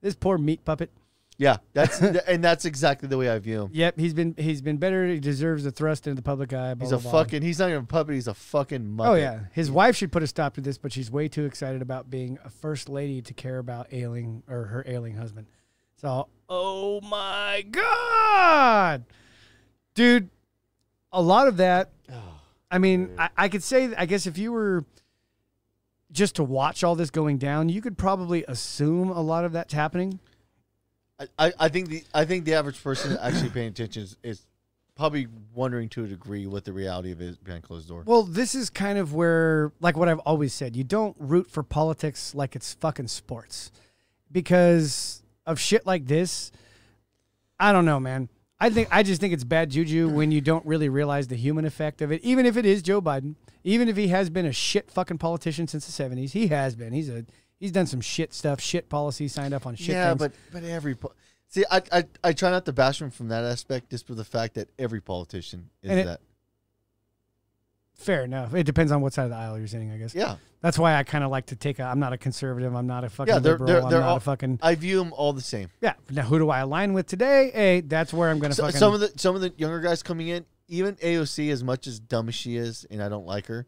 This poor meat puppet.
Yeah, that's and that's exactly the way I view him.
Yep, he's been he's been better. He deserves a thrust into the public eye. blah,
He's a
blah, blah.
fucking. He's not even a puppet. He's a fucking muppet.
Oh yeah, his wife should put a stop to this, but she's way too excited about being a first lady to care about ailing or her ailing husband. So, oh my god, dude, a lot of that. I mean, I, I could say, I guess, if you were just to watch all this going down, you could probably assume a lot of that's happening.
I, I, I think the I think the average person actually paying attention is, is probably wondering to a degree what the reality of it is behind closed door.
Well, this is kind of where, like what I've always said, you don't root for politics like it's fucking sports because of shit like this. I don't know, man. I think I just think it's bad juju when you don't really realize the human effect of it. Even if it is Joe Biden, even if he has been a shit fucking politician since the seventies, he has been. He's a he's done some shit stuff, shit policy, signed up on shit.
yeah,
things.
but but every po- see, I, I I try not to bash him from that aspect, just for the fact that every politician is
And it-
that.
fair enough. It depends on what side of the aisle you're sitting, I guess.
Yeah,
That's why I kind of like to take. A, I'm not a conservative. I'm not a fucking
yeah, they're
liberal.
they're,
I'm
they're
not
all
a fucking.
I view them all the same.
Yeah. Now, who do I align with today? Hey, that's where I'm going to
So,
fucking.
some of the some of the younger guys coming in, even AOC, as much as dumb as she is, and I don't like her,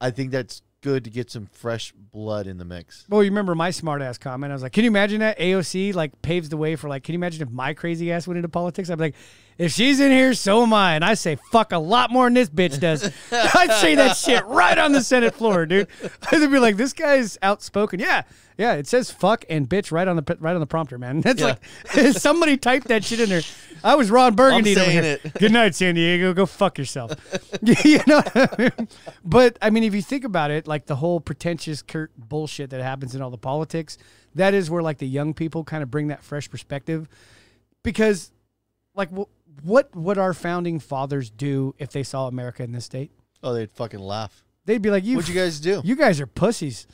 I think that's good to get some fresh blood in the mix.
well, Oh, you remember my smart ass comment? I was like, can you imagine that AOC like paves the way for like? Can you imagine if my crazy ass went into politics? I'd be like, if she's in here, so am I, and I say fuck a lot more than this bitch does. I'd say that shit right on the Senate floor, dude. I'd be like, this guy's outspoken. Yeah, yeah. It says fuck and bitch right on the right on the prompter, man. That's like somebody typed that shit in there. I was Ron Burgundy over
saying
here.
it.
Good night, San Diego. Go fuck yourself. you know, what I mean? but I mean, if you think about it, like the whole pretentious curt bullshit that happens in all the politics, that is where like the young people kind of bring that fresh perspective, because like wh- what would our founding fathers do if they saw America in this state?
Oh, they'd fucking laugh.
They'd be like, "You,
What'd you guys do?
you guys are pussies,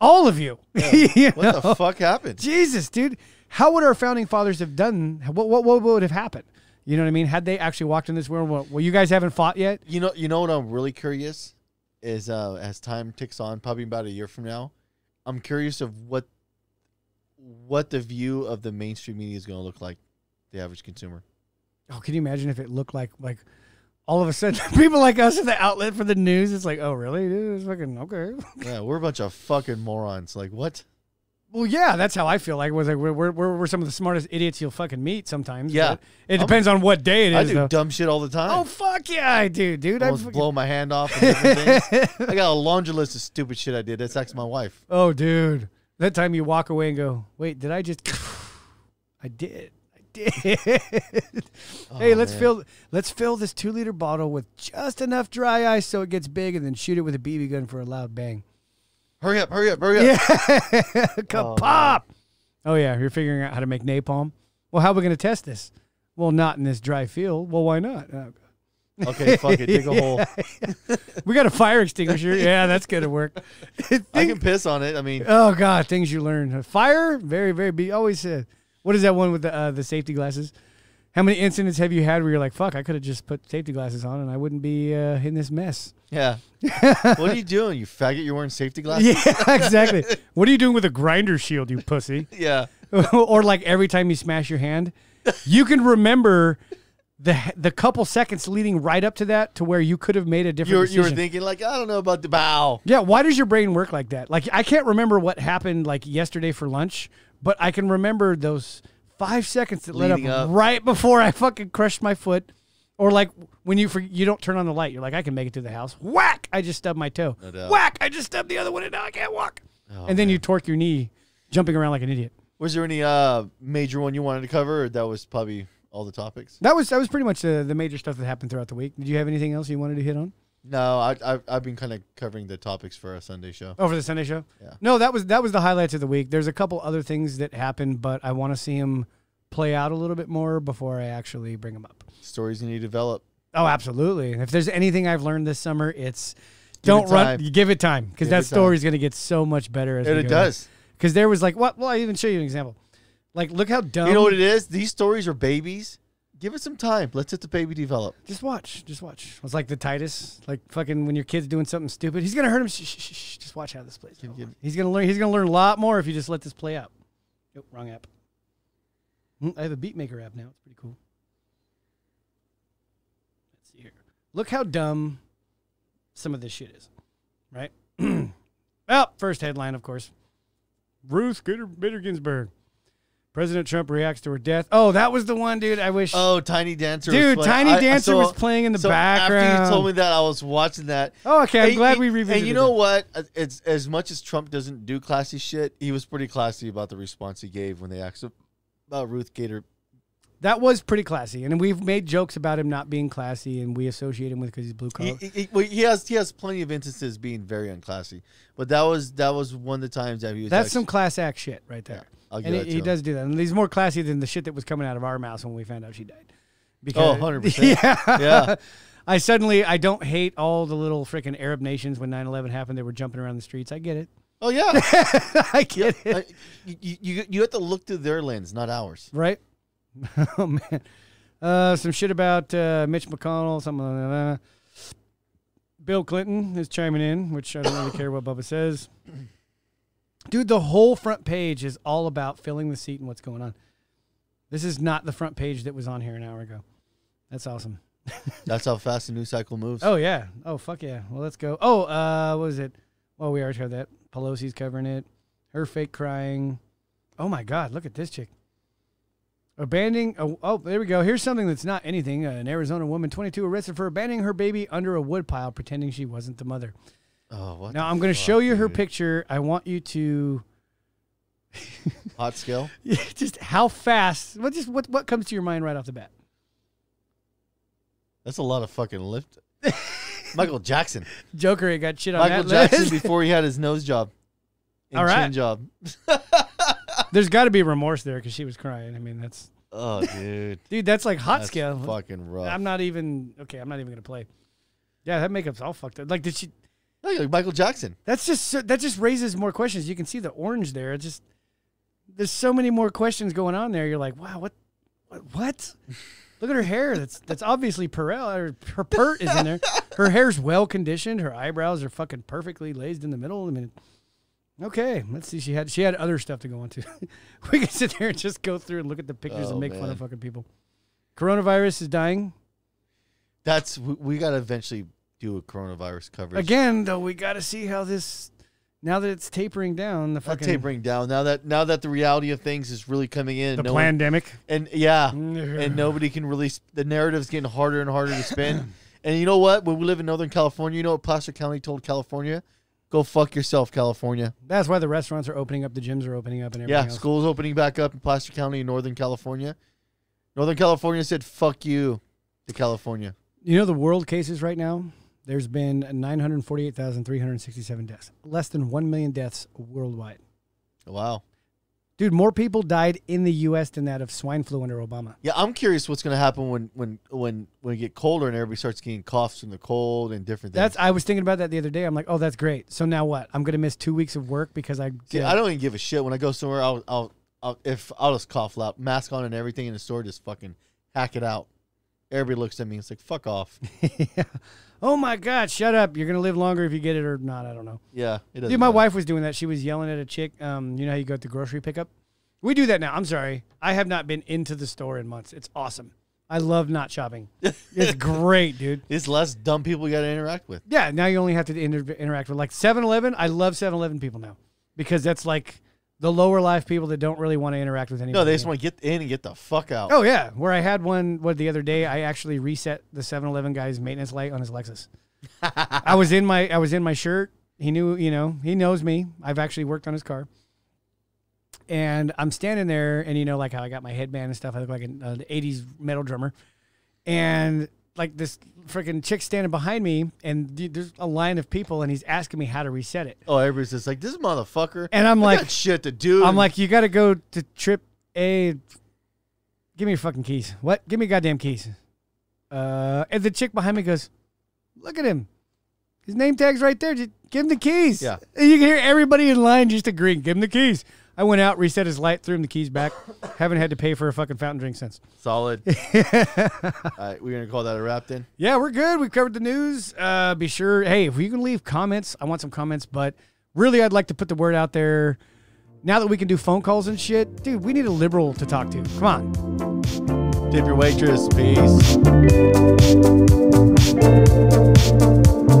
all of you." You
what
know?
the fuck happened?
Jesus, dude, how would our founding fathers have done? What what what would have happened? You know what I mean? Had they actually walked in this world, well, well, you guys haven't fought yet.
You know, you know what I'm really curious is uh, as time ticks on, probably about a year from now, I'm curious of what what the view of the mainstream media is going to look like, the average consumer.
Oh, can you imagine if it looked like like all of a sudden people like us are the outlet for the news? It's like, oh really? Dude, it's fucking okay.
Yeah, we're a bunch of fucking morons. Like what?
Well, yeah, that's how I feel. Like, was like we're, we're we're we're some of the smartest idiots you'll fucking meet sometimes.
Yeah.
but it depends on what day it
I
is.
do
though.
dumb shit all the time.
oh fuck yeah, I do, dude.
I
I
almost
fucking-
blow my hand off. And different things. I got a laundry list of stupid shit I did. That's actually my wife.
Oh, dude. That time you walk away and go, wait, did I just? I did. I did. hey,
Oh,
let's
man.
fill let's fill this two liter bottle with just enough dry ice so it gets big, and then shoot it with a BB gun for a loud bang.
Hurry up! Hurry up! Hurry up!
Pop. Oh yeah, you're figuring out how to make napalm. Well, how are we going to test this? Well, not in this dry field. Well, why not? Uh,
Okay, fuck it. Dig a hole.
we got a fire extinguisher. yeah, that's going to work.
I can piss on it. I mean,
Oh God, things you learn. Fire, very, very. Be always said. What is that one with the uh, the safety glasses? How many incidents have you had where you're like, "Fuck, I could have just put safety glasses on and I wouldn't be uh, in this mess."
yeah. what are you doing, you faggot? You're wearing safety glasses.
Yeah, exactly. what are you doing with a grinder shield, you pussy?
yeah.
or like every time you smash your hand, you can remember the the couple seconds leading right up to that to where you could have made a different
You were, you
decision.
were thinking like I don't know about the bow.
yeah, why does your brain work like that? Like I can't remember what happened like yesterday for lunch, but I can remember those 5 seconds that led up,
Leading up.
right before I fucking crushed my foot. Or like when you for, you don't turn on the light, you're like I can make it to the house. Whack! I just stubbed my toe.
doubt. Oh,
Whack! I just stubbed the other one and now I can't walk. and then you torque your knee jumping around like an idiot.
Was there any uh major one you wanted to cover? Or that was probably all the topics.
That was that was pretty much the, the major stuff that happened throughout the week. Did you have anything else you wanted to hit on?
No, I, I I've been kind of covering the topics for our Sunday show.
Over the Sunday show? Yeah. No, that was that was the highlights of the week. There's a couple other things that happened, but I want to see them play out a little bit more before I actually bring them up.
Stories you need to develop.
Oh, absolutely. And if there's anything I've learned this summer, it's don't
it
run.
time.
You give it time because
Give
that
it
story's going to get so much better as
And
we
it
go.
does.
Because there was like what? Well, I even show you an example. Like, look how dumb.
you know what it is? These stories are babies. Give it some time. Let's let the baby develop.
Just watch. Just watch. It's like the Titus. Like fucking when your kid's doing something stupid, he's gonna hurt him. Shh, shh, shh, shh. Just watch how this plays. out. He's gonna learn. He's gonna learn a lot more if you just let this play out. Nope, wrong app. Mm, I have a Beatmaker app now. It's pretty cool. Let's see here. Look how dumb some of this shit is, right? well, first headline, of course. Ruth Bader Bader Ginsburg. President Trump reacts to her death. Oh, that was the one, dude. I wish.
Oh, Tiny Dancer, was
Dude,
playing-
Tiny
I- I
Dancer
saw-
was playing in the
so After
background.
you told me that, I was watching that.
Oh, okay. I'm
And-
glad we
and-
revisited.
And you know what? Uh, It's as much as Trump doesn't do classy shit, he was pretty classy about the response he gave when they asked him about Ruth Gator.
that was pretty classy, and we've made jokes about him not being classy, and we associate him with because he's blue
He,
collar.
he- he- well, he has he has plenty of instances being very unclassy, but that was that was one of the times that he was.
That's
like-
some class act shit right there.
I'll give
and
that
he,
to
he
him.
does do that, and he's more classy than the shit that was coming out of our mouths when we found out she died.
Oh, 100%.
Yeah.
Yeah.
I suddenly I don't hate all the little freaking Arab nations when 9-11 happened. They were jumping around the streets. I get it.
Oh yeah.
I get it.
I- you, you you have to look through their lens, not ours.
right? oh man, uh, some shit about uh, Mitch McConnell, something like that. Bill Clinton is chiming in, which I don't really care what Bubba says. Dude, the whole front page is all about filling the seat and what's going on. This is not the front page that was on here an hour ago. That's awesome.
That's how fast the news cycle moves.
Oh yeah. Oh fuck yeah. Well, let's go. Oh, uh, what was it? Well, we already covered that. Pelosi's covering it. Her fake crying. Oh my God! Look at this chick. Abandoning. Oh, oh there we go. Here's something that's not anything. an Arizona woman, 22, arrested for abandoning her baby under a woodpile, pretending she wasn't the mother.
Oh, what
Now
the
I'm going to
fuck,
show you her
dude.
picture. I want you to
Hot scale.
just how fast. What just what what comes to your mind right off the bat?
That's a lot of fucking lift. Michael Jackson.
Joker it got shit on
Michael
that
Jackson
list.
before he had his nose job. And
All right.
chin job.
There's got to be remorse there because she was crying. I mean, that's
Oh, dude.
dude. That's like hot
That's
scale.
fucking rough.
I'm not even okay. I'm not even gonna play. Yeah, that makeup's all fucked up. Like, did she?
Look like Michael Jackson.
That's just so- that just raises more questions. You can see the orange there. It's just there's so many more questions going on there. You're like, wow, what, what, what? Look at her hair. That's that's obviously Perel. Her, her pert is in there. Her hair's well conditioned. Her eyebrows are fucking perfectly lazed in the middle. I mean, okay, let's see. She had she had other stuff to go on to. we can sit there and just go through and look at the pictures
Oh,
and make fun
man.
of fucking people. Coronavirus is dying.
That's we, we gotta eventually do a coronavirus coverage.
Again, though, we got to see how this. Now that it's tapering down, the
Not
fucking
tapering down now that now that the reality of things is really coming in.
the
no one-
pandemic.
and yeah, and nobody can release. The narrative's getting harder and harder to spin. and you know what? When we live in Northern California, you know what Placer County told California? Go fuck yourself, California.
That's why the restaurants are opening up, the gyms are opening up, and everything
Yeah,
else.
schools opening back up in Placer County in Northern California. Northern California said fuck you to California.
You know the world cases right now. There's been 948,367 deaths, less than 1 million deaths worldwide.
Wow.
Dude, more people died in the U.S. than that of swine flu under Obama.
Yeah, I'm curious what's gonna happen when when when when it get colder and everybody starts getting coughs from the cold and different things.
That's I was thinking about that the other day. I'm like, oh, that's great. So now what? I'm gonna miss two weeks of work because I.
See, I don't even give a shit when I go somewhere. I'll I'll, I'll if I'll just cough loud, mask on and everything in the store, just fucking hack it out. Everybody looks at me. It's like fuck off.
Oh my God! Shut up! You're gonna live longer if you get it or not. I don't know.
Yeah, it doesn't.
Dude, my
matter.
wife was doing that. She was yelling at a chick. Um, you know how you go to grocery pickup? We do that now. I'm sorry. I have not been into the store in months. It's awesome. I love not shopping. It's great, dude.
It's less dumb people you got to interact with.
Yeah, now you only have to inter- interact with like 7-Eleven. I love 7-Eleven people now because that's like the lower life people that don't really want to interact with anybody.
No, they just want to get in and get the fuck out.
Oh yeah, where I had one what the other day I actually reset the 7-Eleven guy's maintenance light on his Lexus. I was in my I was in my shirt. He knew, you know, he knows me. I've actually worked on his car. And I'm standing there and you know like how I got my headband and stuff. I look like an uh, 80s metal drummer. And like this freaking chick standing behind me and dude, there's a line of people and he's asking me how to reset it.
Oh, everybody's just like this motherfucker.
And I'm
I
like
got shit to do.
I'm like, you got to go to trip A. Give me your fucking keys. What? Give me your goddamn keys. Uh, and the chick behind me goes, look at him. His name tag's right there. Just give him the keys.
Yeah.
And you can hear everybody in line just agreeing. Give him the keys. I went out, reset his light, threw him the keys back. Haven't had to pay for a fucking fountain drink since.
solid. All right, we're gonna call that a wrap then.
Yeah, we're good. We've covered the news. Uh, be sure, hey, if you can leave comments, I want some comments, but really, I'd like to put the word out there. Now that we can do phone calls and shit, dude, we need a liberal to talk to. Come on.
Tip your waitress.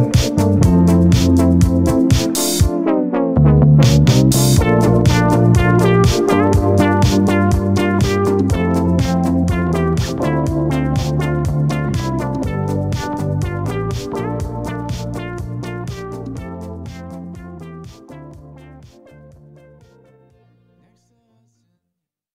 Peace.